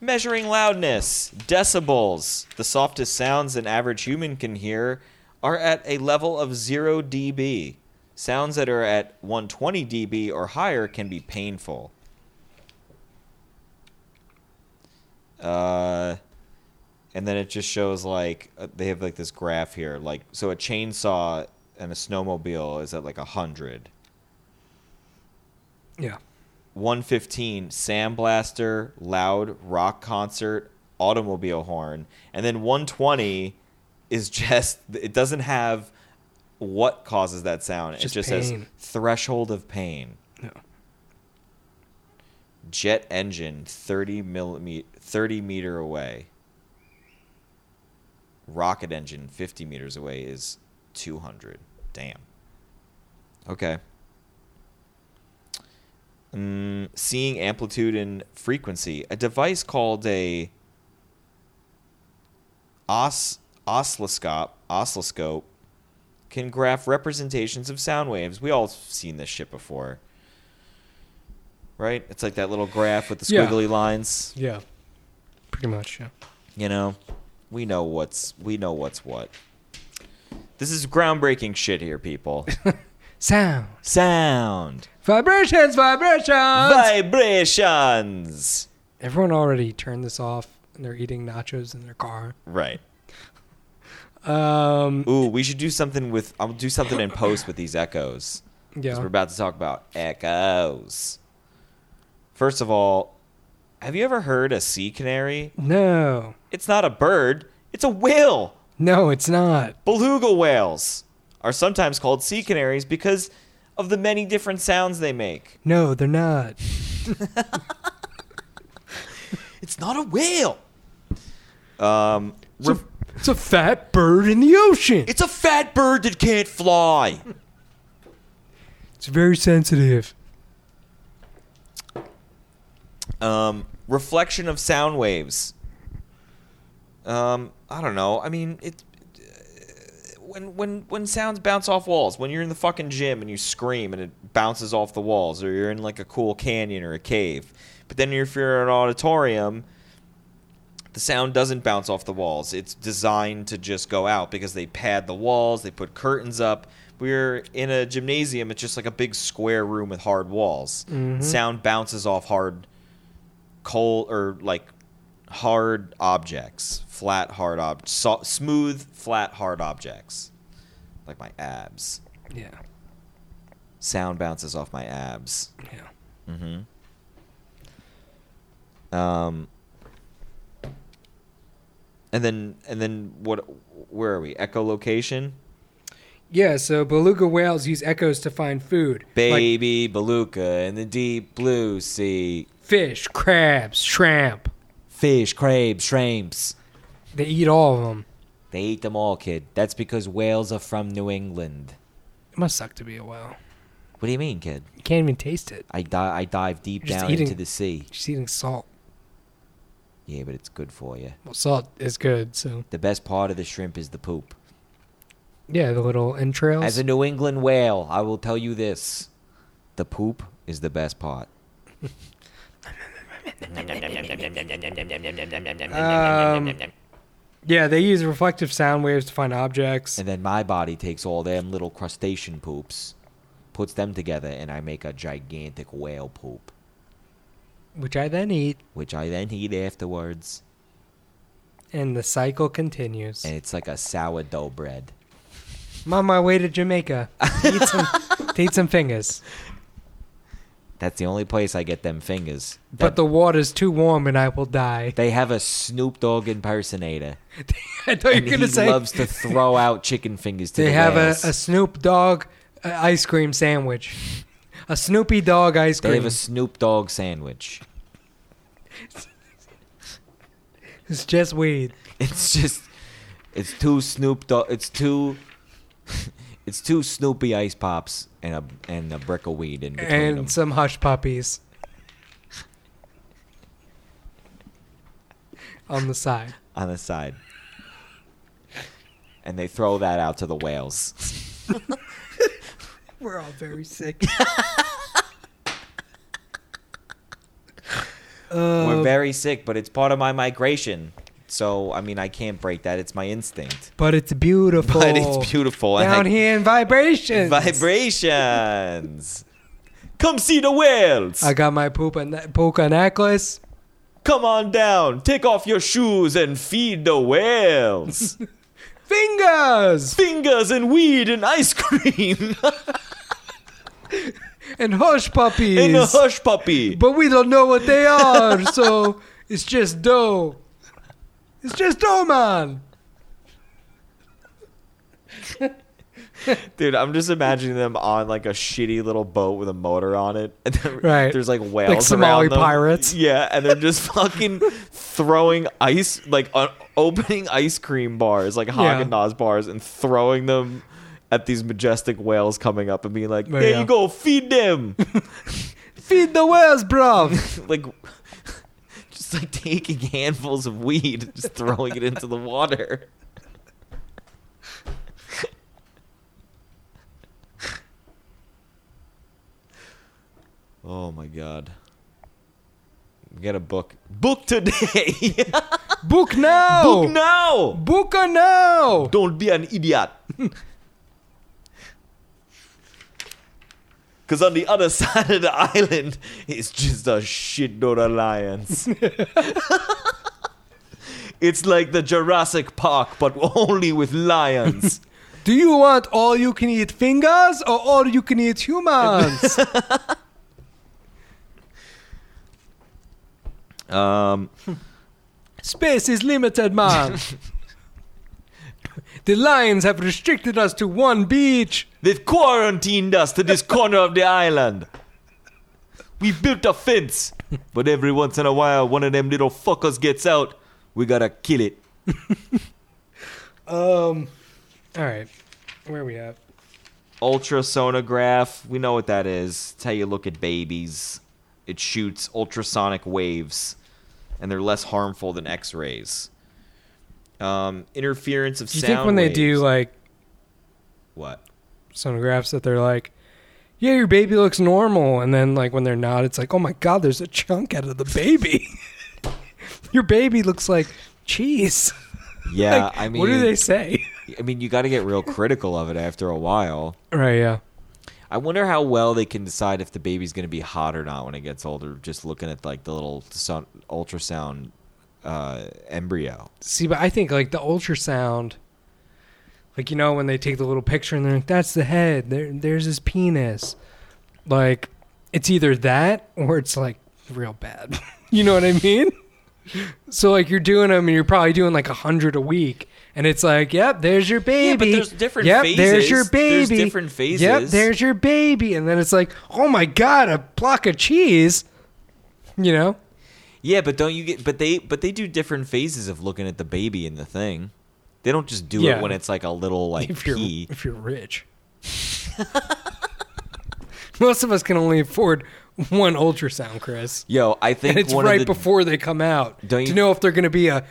Speaker 2: Measuring loudness, decibels. The softest sounds an average human can hear are at a level of 0 dB. Sounds that are at 120 dB or higher can be painful. Uh, and then it just shows like uh, they have like this graph here. Like, so a chainsaw and a snowmobile is at like 100.
Speaker 1: Yeah.
Speaker 2: 115 sandblaster loud rock concert automobile horn and then 120 is just it doesn't have what causes that sound
Speaker 1: Just
Speaker 2: it just says
Speaker 1: pain.
Speaker 2: threshold of pain
Speaker 1: No.
Speaker 2: jet engine 30 millimeter 30 meter away rocket engine 50 meters away is 200 damn okay mm, seeing amplitude and frequency a device called a os- oscilloscope oscilloscope can graph representations of sound waves we all have seen this shit before right it's like that little graph with the
Speaker 1: Yeah.
Speaker 2: squiggly lines
Speaker 1: Yeah. Pretty much. Yeah.
Speaker 2: you know we know what's we know what's what this is groundbreaking shit here people
Speaker 1: Sound.
Speaker 2: sound
Speaker 1: Vibrations, vibrations.
Speaker 2: vibrations
Speaker 1: Everyone already turned this off and they're eating nachos in their car.
Speaker 2: right
Speaker 1: Um
Speaker 2: ooh we should do something with i'll do something in post with these echoes because
Speaker 1: yeah.
Speaker 2: we're about to talk about echoes first of all have you ever heard a sea canary
Speaker 1: No.
Speaker 2: it's not a bird it's a whale
Speaker 1: No, it's not.
Speaker 2: Beluga whales are sometimes called sea canaries because of the many different sounds they make.
Speaker 1: No, they're not.
Speaker 2: It's not a whale. Um,
Speaker 1: It's a,
Speaker 2: re-
Speaker 1: it's a fat bird in the ocean.
Speaker 2: it's a fat bird that can't fly.
Speaker 1: It's very sensitive.
Speaker 2: Um, reflection of sound waves. Um, I don't know. I mean, it when when when sounds bounce off walls. When you're in the fucking gym and you scream and it bounces off the walls, or you're in like a cool canyon or a cave. But then if you're in an auditorium, the sound doesn't bounce off the walls. It's designed to just go out because they pad the walls, they put curtains up. We're in a gymnasium, it's just like a big square room with hard walls. Sound bounces off hard coal or like hard objects, flat hard ob so- smooth flat hard objects. Like my abs.
Speaker 1: Yeah.
Speaker 2: Sound bounces off my abs.
Speaker 1: Yeah.
Speaker 2: Um, and then and then what? Where are we? Echolocation.
Speaker 1: Yeah, so beluga whales use echoes to find food. Like
Speaker 2: Baby beluga in the deep blue sea.
Speaker 1: fish, crabs, shrimp.
Speaker 2: Fish, crabs, shrimps.
Speaker 1: They eat all of them.
Speaker 2: They eat them all, kid. That's because whales are from New England.
Speaker 1: It must suck to be a whale.
Speaker 2: What do you mean, kid?
Speaker 1: You can't even taste it.
Speaker 2: I, di- I dive deep
Speaker 1: You're just
Speaker 2: down
Speaker 1: eating-
Speaker 2: into the sea.
Speaker 1: Just eating salt.
Speaker 2: Yeah, but it's good for you.
Speaker 1: Well, salt is good, so.
Speaker 2: The best part of the shrimp is the poop.
Speaker 1: Yeah, the little entrails.
Speaker 2: As a New England whale, I will tell you this: the poop is the best part.
Speaker 1: Um, yeah, they use reflective sound waves to find objects.
Speaker 2: And then my body takes all them little crustacean poops, puts them together, and I make a gigantic whale poop,
Speaker 1: which I then eat,
Speaker 2: which I then eat afterwards.
Speaker 1: and the cycle continues.
Speaker 2: And it's like a sourdough bread.
Speaker 1: I'm on my way to Jamaica to eat some, to eat some fingers,
Speaker 2: That's the only place I get them fingers.
Speaker 1: but
Speaker 2: That-
Speaker 1: the water's too warm and I will die.
Speaker 2: they have a Snoop Dogg impersonator.
Speaker 1: I thought you
Speaker 2: And
Speaker 1: were
Speaker 2: he
Speaker 1: gonna say
Speaker 2: loves to throw out chicken fingers to
Speaker 1: they
Speaker 2: the
Speaker 1: have a,
Speaker 2: whales.
Speaker 1: a Snoop Dogg uh, ice cream sandwich, a Snoopy Dogg ice
Speaker 2: They
Speaker 1: cream.
Speaker 2: have a Snoop Dogg sandwich.
Speaker 1: It's just weed.
Speaker 2: It's just, it's two Snoop Dogg. It's two, it's two Snoopy ice pops and a and a brick of weed in between
Speaker 1: and
Speaker 2: them.
Speaker 1: some hush puppies on the side.
Speaker 2: on the side. And they throw that out to the whales.
Speaker 1: We're all very sick. Uh,
Speaker 2: We're very sick, but it's part of my migration. So, I mean, I can't break that. It's my instinct.
Speaker 1: but it's beautiful.
Speaker 2: But it's beautiful. and
Speaker 1: Down
Speaker 2: I-
Speaker 1: here in vibrations.
Speaker 2: Vibrations. Come see the whales.
Speaker 1: I got my poop and polka necklace.
Speaker 2: Come on down. Take off your shoes and feed the whales.
Speaker 1: Fingers
Speaker 2: Fingers and weed and ice cream
Speaker 1: and hush puppies.
Speaker 2: and a hush puppy.
Speaker 1: but we don't know what they are, so it's just dough. It's just dough, man.
Speaker 2: Dude, I'm just imagining them on like a shitty little boat with a motor on it, and then
Speaker 1: Right.
Speaker 2: there's like whales,
Speaker 1: Somali
Speaker 2: around them.
Speaker 1: pirates.
Speaker 2: Yeah, and they're just fucking throwing ice, like uh, opening ice cream bars, like Haagen Dazs bars, and throwing them at these majestic whales coming up and being like,
Speaker 1: There
Speaker 2: "There
Speaker 1: you
Speaker 2: you go, feed them!"
Speaker 1: Feed the whales, bro.
Speaker 2: like, just like taking handfuls of weed, and just throwing it into the water. Oh my god. We got a book. Book today. Oh,
Speaker 1: Book now.
Speaker 2: Book now.
Speaker 1: Book a now.
Speaker 2: Don't be an idiot. Cause on the other side of the island is just a shitload alliance. it's like the Jurassic Park, but only with lions.
Speaker 1: Do you want all you can eat fingers or all you can eat humans?
Speaker 2: um,
Speaker 1: Space is limited, man. the lions have restricted us to one beach.
Speaker 2: they've quarantined us to this corner of the island. We built a fence, but every once in a while, one of them little fuckers gets out. We gotta kill it.
Speaker 1: Um. All right. Where are we at?
Speaker 2: ultrasonograph. We know what that is. It's how you look at babies. It shoots ultrasonic waves, and they're less harmful than X-rays. Um, interference of
Speaker 1: Do you
Speaker 2: sound.
Speaker 1: think when they do
Speaker 2: waves-
Speaker 1: like
Speaker 2: what?
Speaker 1: sonographs that they're like, yeah, your baby looks normal, and then like when they're not, it's like, oh my god, there's a chunk out of the baby. your baby looks like cheese.
Speaker 2: Yeah,
Speaker 1: Like,
Speaker 2: I mean,
Speaker 1: what do they say?
Speaker 2: I mean, you got to get real critical of it after a while.
Speaker 1: right. Yeah.
Speaker 2: I wonder how well they can decide if the baby's going to be hot or not when it gets older, just looking at like the little son- ultrasound uh, embryo.
Speaker 1: See, but I think like the ultrasound, like you know when they take the little picture and they're like, "That's the head. There, there's his penis." Like, it's either that or it's like real bad. you know what I mean? So like you're doing them and you're probably doing like a hundred a week, and it's like, "Yep, there's your baby."
Speaker 2: Yeah, but there's different
Speaker 1: Yep, there's
Speaker 2: phases.
Speaker 1: your baby.
Speaker 2: There's different phases.
Speaker 1: Yep, there's your baby, and then it's like, "Oh my god, a block of cheese." You know?
Speaker 2: Yeah, but don't you get? But they but they do different phases of looking at the baby in the thing. They don't just do
Speaker 1: Yeah.
Speaker 2: it when it's like a little like
Speaker 1: if you're
Speaker 2: pee.
Speaker 1: if you're rich. Most of us can only afford one ultrasound, Chris,
Speaker 2: Yo, I think
Speaker 1: and it's
Speaker 2: one
Speaker 1: right
Speaker 2: of the,
Speaker 1: before they come out
Speaker 2: Don't
Speaker 1: to
Speaker 2: you-
Speaker 1: know if they're going to be a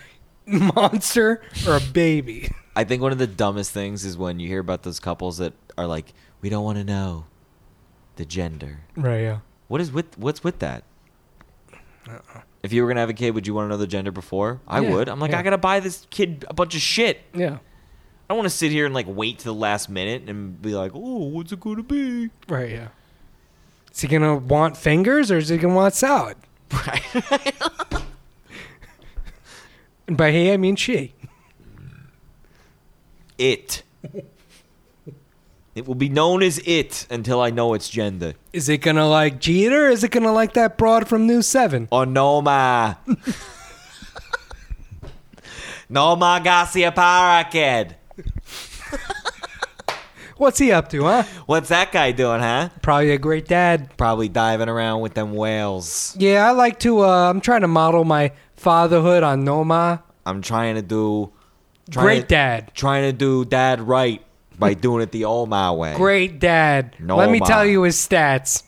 Speaker 1: monster or a baby.
Speaker 2: I think one of the dumbest things is when you hear about those couples that are like, we don't want to know the gender.
Speaker 1: Right? Yeah.
Speaker 2: What is with what's with that? If you were gonna have a kid, would you want to know the gender before? I
Speaker 1: Yeah,
Speaker 2: would. I'm like,
Speaker 1: yeah.
Speaker 2: I gotta buy this kid a bunch of shit.
Speaker 1: Yeah.
Speaker 2: I don't want to sit here and like wait to the last minute and be like, oh, what's it gonna be?
Speaker 1: Right. Yeah. Is he going to want fingers or is he going to want salad? And by he, I mean she.
Speaker 2: it. it will be known as it until I know its gender.
Speaker 1: Is it going to like Jeter? Or is it going to like that broad from News Seven?
Speaker 2: Oh, Onoma. Noma Garcia Parakid.
Speaker 1: What's he up to, huh?
Speaker 2: What's that guy doing, huh?
Speaker 1: Probably a great dad.
Speaker 2: Probably diving around with them whales.
Speaker 1: Yeah, I like to. Uh, I'm trying to model my fatherhood on Noma.
Speaker 2: I'm trying to do trying
Speaker 1: Great
Speaker 2: to-
Speaker 1: dad.
Speaker 2: Trying to do dad right by doing it the old my way.
Speaker 1: Great dad.
Speaker 2: No,
Speaker 1: Let me
Speaker 2: Ma.
Speaker 1: tell you his stats.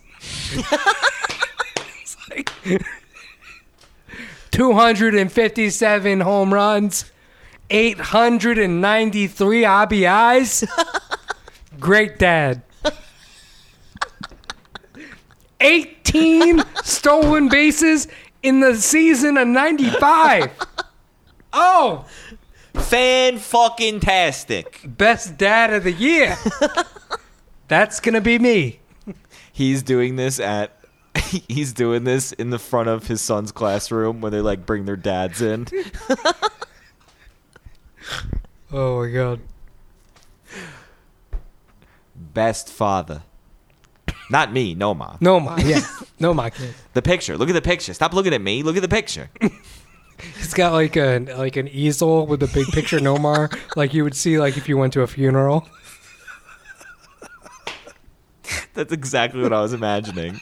Speaker 1: It's like 257 home runs, 893 RBIs. Great dad. 18 stolen bases in the season of 95. Oh,
Speaker 2: Fan fucking tastic.
Speaker 1: best dad of the year. That's going to be me.
Speaker 2: He's doing this at he's doing this in the front of his son's classroom when they like bring their dads in.
Speaker 1: Oh my god.
Speaker 2: Best father. Not me, no ma.
Speaker 1: No ma, yeah. No ma kid.
Speaker 2: The picture. Look at the picture. Stop looking at me. Look at the picture.
Speaker 1: It's got like a like an easel with a big picture of Nomar, like you would see like if you went to a funeral.
Speaker 2: That's exactly what I was imagining.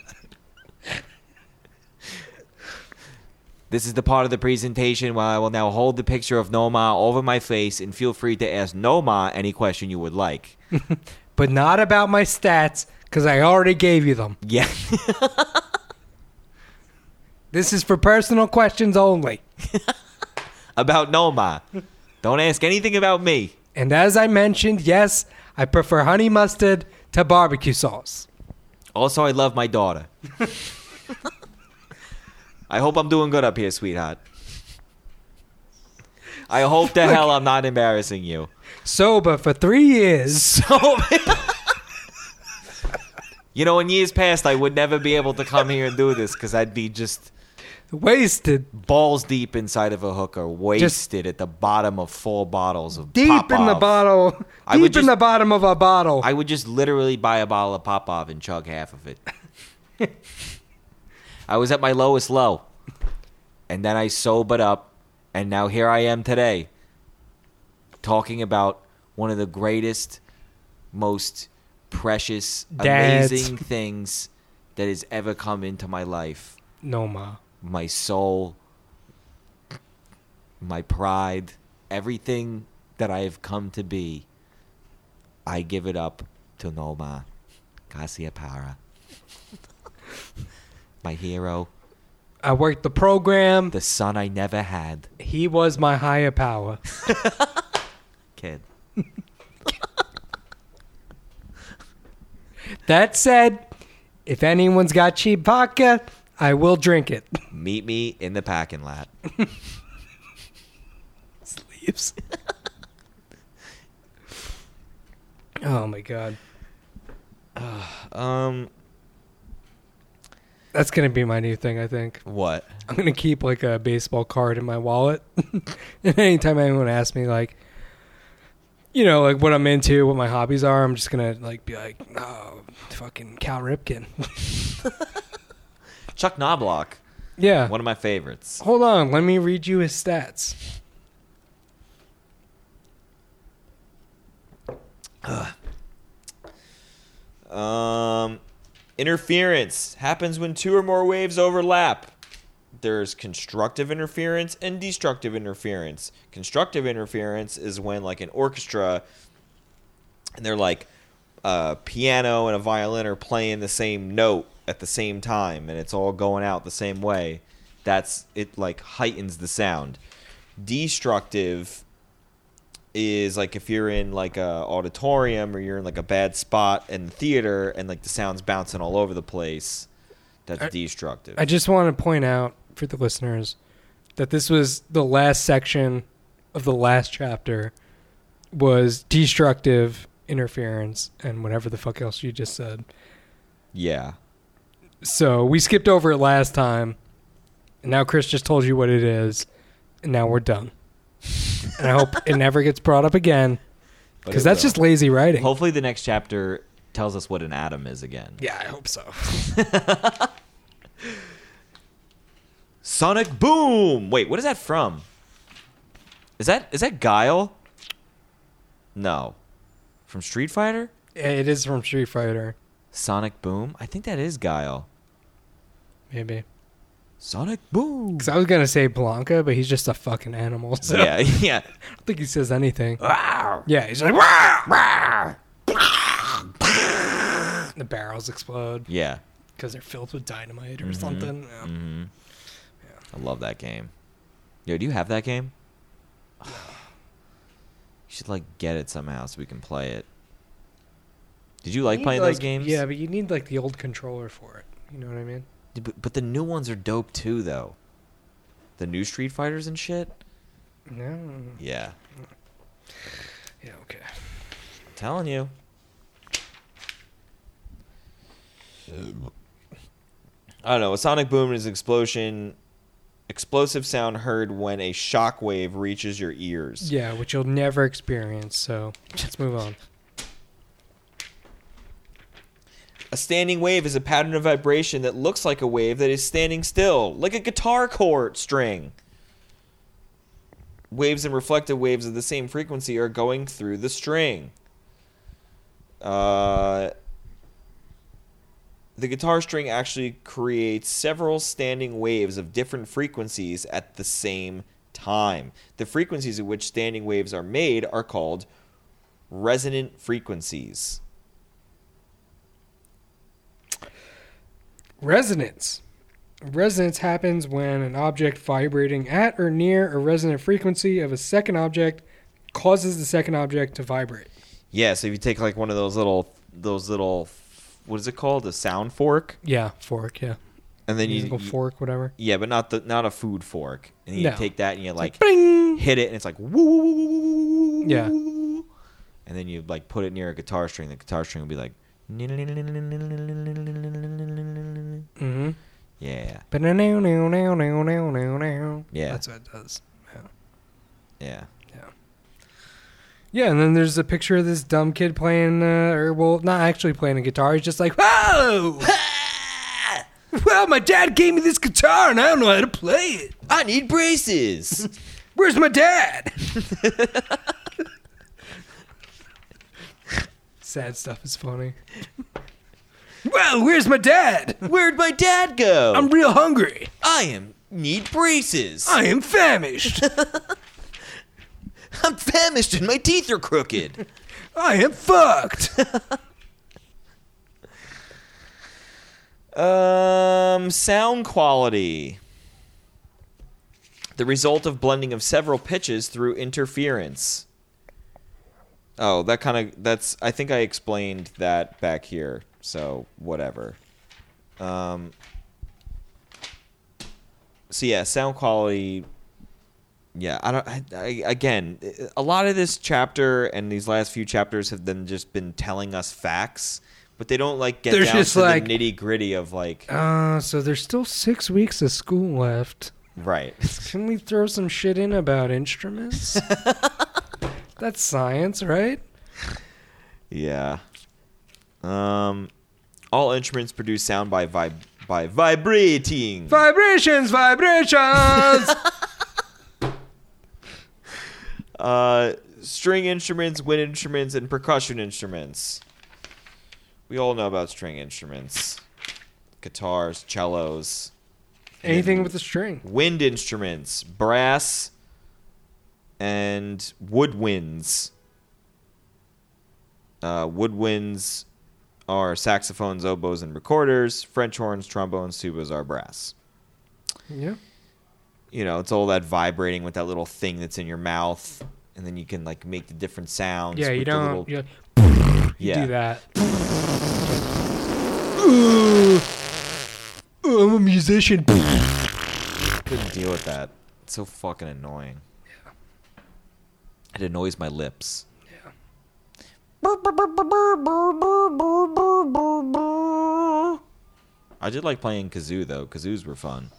Speaker 2: This is the part of the presentation where I will now hold the picture of Noma over my face and feel free to ask Noma any question you would like.
Speaker 1: But not about my stats, because I already gave you them.
Speaker 2: Yeah.
Speaker 1: This is for personal questions only.
Speaker 2: about Noma. Don't ask anything about me.
Speaker 1: And as I mentioned, yes, I prefer honey mustard to barbecue sauce.
Speaker 2: Also, I love my daughter. I hope I'm doing good up here, sweetheart. I hope the hell I'm not embarrassing you.
Speaker 1: Sober for three years.
Speaker 2: So, you know, in years past, I would never be able to come here and do this because I'd be just
Speaker 1: Wasted
Speaker 2: balls deep inside of a hooker, wasted at the bottom of four bottles of
Speaker 1: deep in the
Speaker 2: Popov.
Speaker 1: bottle. Deep
Speaker 2: I would
Speaker 1: in
Speaker 2: just-
Speaker 1: the bottom of a bottle.
Speaker 2: I would just literally buy a bottle of Popov and chug half of it. I was at my lowest low, and then I sobered up, and now here I am today, talking about one of the greatest, most precious,
Speaker 1: Dads.
Speaker 2: amazing things that has ever come into my life
Speaker 1: no ma.
Speaker 2: my soul, my pride, everything that I have come to be, I give it up to Noma Cassiapara. My hero,
Speaker 1: I worked the program.
Speaker 2: the son I never had.
Speaker 1: He was my higher power.
Speaker 2: Kid.
Speaker 1: That said, if anyone's got cheap vodka, I will drink it.
Speaker 2: Meet me in the packing lot.
Speaker 1: Sleeps. oh my god,
Speaker 2: Um,
Speaker 1: that's gonna be my new thing. I think
Speaker 2: what?
Speaker 1: I'm gonna keep like a baseball card in my wallet, and anytime anyone asks me like, you know, like what I'm into, what my hobbies are, I'm just gonna like be like, oh, fucking Cal Ripken.
Speaker 2: Chuck Knoblock,
Speaker 1: yeah.
Speaker 2: one of my favorites.
Speaker 1: Hold on, let me read you his stats.
Speaker 2: Um, interference happens when two or more waves overlap. There's constructive interference and destructive interference. Constructive interference is when, like, an orchestra and they're like a piano and a violin are playing the same note at the same time and it's all going out the same way. That's it, like, heightens the sound. Destructive is like if you're in like a auditorium or you're in like a bad spot in the theater and like the sound's bouncing all over the place that's
Speaker 1: I-
Speaker 2: destructive
Speaker 1: I just want to point out for the listeners that this was the last section of the last chapter was destructive interference and whatever the fuck else you just said.
Speaker 2: yeah
Speaker 1: So we skipped over it last time, and now Chris just told you what it is, and now we're done. and I hope it never gets brought up again
Speaker 2: but
Speaker 1: because
Speaker 2: it
Speaker 1: that's
Speaker 2: will.
Speaker 1: just lazy writing.
Speaker 2: Oh, hopefully the next chapter tells us what an atom is again
Speaker 1: yeah, I hope so.
Speaker 2: sonic boom wait what is that from is that is that guile no from street fighter
Speaker 1: it is from Street Fighter,
Speaker 2: sonic boom i think that is guile
Speaker 1: maybe.
Speaker 2: Sonic Boom.
Speaker 1: Because I was gonna say Blanca, but he's just a fucking animal. So
Speaker 2: Yeah, yeah.
Speaker 1: I don't think he says anything.
Speaker 2: Wow.
Speaker 1: Yeah, he's like "Wah, wah, wah." the barrels explode
Speaker 2: Yeah,
Speaker 1: because they're filled with dynamite or
Speaker 2: Mm-hmm.
Speaker 1: something. Yeah.
Speaker 2: I love that game. Yo, do you have that game? you should like get it somehow so we can play it. Did you like
Speaker 1: need,
Speaker 2: playing those
Speaker 1: like-
Speaker 2: games?
Speaker 1: Yeah, but you need like the old controller for it. You know what I mean?
Speaker 2: D- But, but the new ones are dope too, though. The new Street Fighters and shit.
Speaker 1: No.
Speaker 2: Yeah,
Speaker 1: Yeah. Okay.
Speaker 2: I'm telling you. I don't know. A sonic boom is explosion, explosive sound heard when a shockwave reaches your ears.
Speaker 1: Yeah, which you'll never experience. So let's move on.
Speaker 2: A standing wave is a pattern of vibration that looks like a wave that is standing still, like a guitar chord string. Waves and reflected waves of the same frequency are going through the string. Uh, the guitar string actually creates several standing waves of different frequencies at the same time. The frequencies at which standing waves are made are called resonant frequencies.
Speaker 1: Resonance. Resonance happens when an object vibrating at or near a resonant frequency of a second object causes the second object to vibrate.
Speaker 2: Yeah, so if you take like one of those little those little what is it called? A sound fork?
Speaker 1: Yeah, fork. Yeah,
Speaker 2: And then you,
Speaker 1: musical
Speaker 2: you-
Speaker 1: fork, whatever.
Speaker 2: Yeah, but not the not a food fork. And you
Speaker 1: No.
Speaker 2: take that and you like
Speaker 1: Bing.
Speaker 2: hit it and it's like woo woo woo woo woo, woo
Speaker 1: Yeah.
Speaker 2: woo. And then you like put it near a guitar string, the guitar string will be like
Speaker 1: Mm-hmm.
Speaker 2: Yeah.
Speaker 1: Yeah,
Speaker 2: Yeah.
Speaker 1: that's what it does. Yeah.
Speaker 2: Yeah.
Speaker 1: Yeah, and then there's a picture of this dumb kid playing, uh, or well, not actually playing a guitar. He's just like, whoa! well, my dad gave me this guitar and I don't know how to play it.
Speaker 2: I need braces.
Speaker 1: Where's my dad? Sad stuff is funny. well, where's my dad?
Speaker 2: Where'd my dad go?
Speaker 1: I'm real hungry.
Speaker 2: I am need braces.
Speaker 1: I am famished.
Speaker 2: I'm famished and my teeth are crooked.
Speaker 1: I am fucked.
Speaker 2: Um, sound quality. The result of blending of several pitches through interference. Oh, that kind of that's I think I explained that back here. So, whatever. Um So yeah, sound quality yeah, I don't. I, I, again, a lot of this chapter and these last few chapters have then just been telling us facts, but they don't like get
Speaker 1: They're
Speaker 2: down
Speaker 1: just
Speaker 2: to
Speaker 1: like-
Speaker 2: the nitty gritty of like
Speaker 1: Uh, so there's still six weeks of school left.
Speaker 2: right.
Speaker 1: Can we throw some shit in about instruments? That's science, right?
Speaker 2: Yeah. Um, all instruments produce sound by vib by vibrating.
Speaker 1: Vibrations, vibrations.
Speaker 2: uh, string instruments, wind instruments, and percussion instruments. We all know about string instruments, guitars, cellos,
Speaker 1: Anything with a string.
Speaker 2: wind instruments, brass, and woodwinds. Uh, woodwinds are saxophones, oboes, and recorders. French horns, trombones, tubas are brass.
Speaker 1: Yeah.
Speaker 2: you know, it's all that vibrating with that little thing that's in your mouth, and then you can like make the different sounds.
Speaker 1: Yeah,
Speaker 2: with
Speaker 1: you
Speaker 2: the
Speaker 1: don't.
Speaker 2: little-
Speaker 1: You, you
Speaker 2: yeah,
Speaker 1: do that. Ooh, Ooh, I'm a musician.
Speaker 2: couldn't deal with that. It's so fucking annoying. It annoys my lips. I did like playing kazoo though. Kazoos were fun,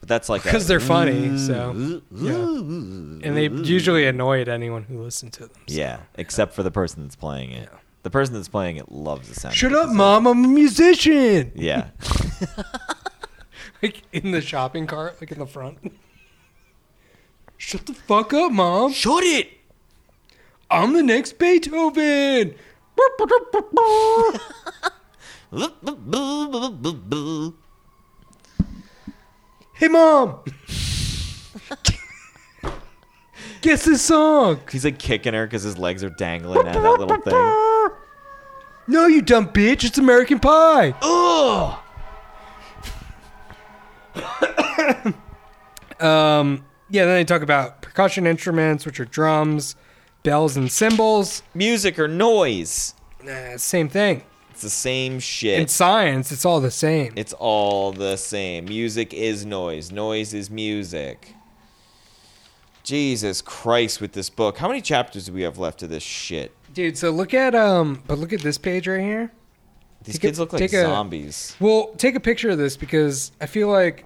Speaker 2: but that's like a-
Speaker 1: Because they're funny, so. Yeah. And they usually annoyed anyone who listened to them.
Speaker 2: yeah, except for the person that's playing it. The person that's playing it loves the sound. of
Speaker 1: Shut
Speaker 2: a
Speaker 1: up,
Speaker 2: kazoo.
Speaker 1: mom! I'm a musician.
Speaker 2: Yeah.
Speaker 1: Like in the shopping cart, like in the front. Shut the fuck up, mom!
Speaker 2: Shut it.
Speaker 1: I'm the next Beethoven. Hey, mom. Guess this song.
Speaker 2: He's like kicking her because his legs are dangling out of that little thing.
Speaker 1: No, you dumb bitch. It's American Pie.
Speaker 2: Ugh.
Speaker 1: Um, yeah, then they talk about percussion instruments, which are drums, bells, and cymbals.
Speaker 2: Music or noise?
Speaker 1: Uh, same thing.
Speaker 2: It's the same shit.
Speaker 1: In science, it's all the same.
Speaker 2: It's all the same. Music is noise. Noise is music. Jesus Christ with this book. How many chapters do we have left of this shit?
Speaker 1: Dude, so look at um, but look at this page right here. Take
Speaker 2: These
Speaker 1: a-
Speaker 2: kids look like
Speaker 1: take a-
Speaker 2: zombies.
Speaker 1: Well, take a picture of this because I feel like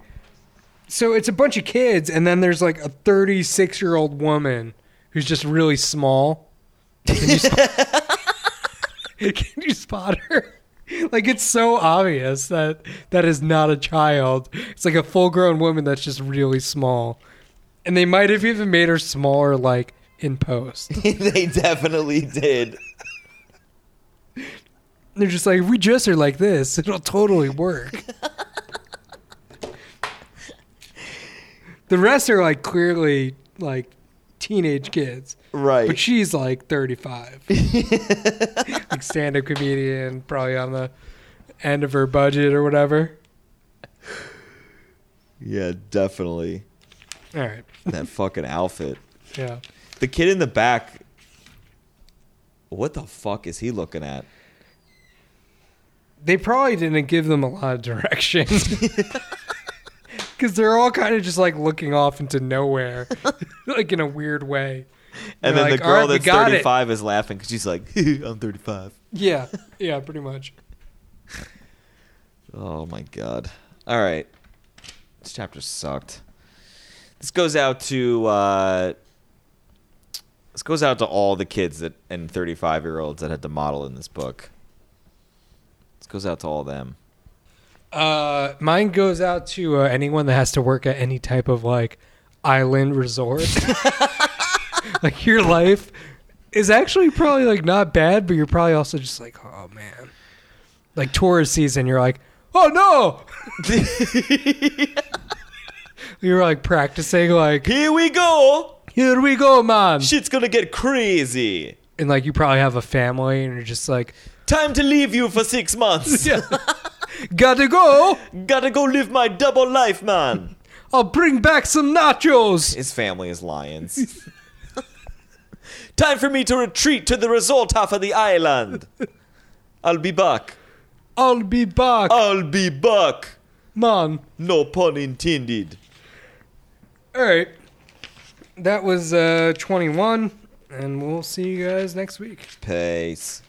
Speaker 1: so it's a bunch of kids and then there's like a 36-year-old woman who's just really small. Can you, spot- Can you spot her? Like it's so obvious that that is not a child. It's like a full-grown woman that's just really small. And they might have even made her smaller like in post.
Speaker 2: they definitely did.
Speaker 1: They're just like, if we dress her like this, it'll totally work. the rest are like clearly like teenage kids, but
Speaker 2: Right.
Speaker 1: she's like 35. like stand up comedian, probably on the end of her budget or whatever.
Speaker 2: Yeah, definitely.
Speaker 1: All right.
Speaker 2: That fucking outfit.
Speaker 1: Yeah.
Speaker 2: The kid in the back. What the fuck is he looking at?
Speaker 1: They probably didn't give them a lot of direction. Because they're all kind of just like looking off into nowhere, like in a weird way.
Speaker 2: And
Speaker 1: They're
Speaker 2: then
Speaker 1: like,
Speaker 2: the
Speaker 1: "All
Speaker 2: girl
Speaker 1: right, we
Speaker 2: that's
Speaker 1: got it."
Speaker 2: 35 is laughing because she's like, I'm 35.
Speaker 1: Yeah, yeah, pretty much.
Speaker 2: Oh my god. All right. This chapter sucked. This goes out to uh this goes out to all the kids that and 35 year olds that had to model in this book. This goes out to all them.
Speaker 1: Uh, mine goes out to uh, anyone that has to work at any type of like island resort. like your life is actually probably like not bad, but you're probably also just like, oh man, like tourist season, you're like, oh no. You're like practicing, like
Speaker 2: Here we go.
Speaker 1: here we go, man,
Speaker 2: Shit's going to get crazy.
Speaker 1: and like you probably have a family, and you're just like,
Speaker 2: Time to leave you for 6 months.
Speaker 1: yeah, gotta go.
Speaker 2: Got to go live my double life, man.
Speaker 1: I'll bring back some nachos.
Speaker 2: His family is lions. Time for me to retreat to the resort half of the island. I'll be back.
Speaker 1: I'll be back,
Speaker 2: I'll be back.
Speaker 1: man.
Speaker 2: No pun intended.
Speaker 1: All right. That was uh, 21, and we'll see you guys next week.
Speaker 2: Peace.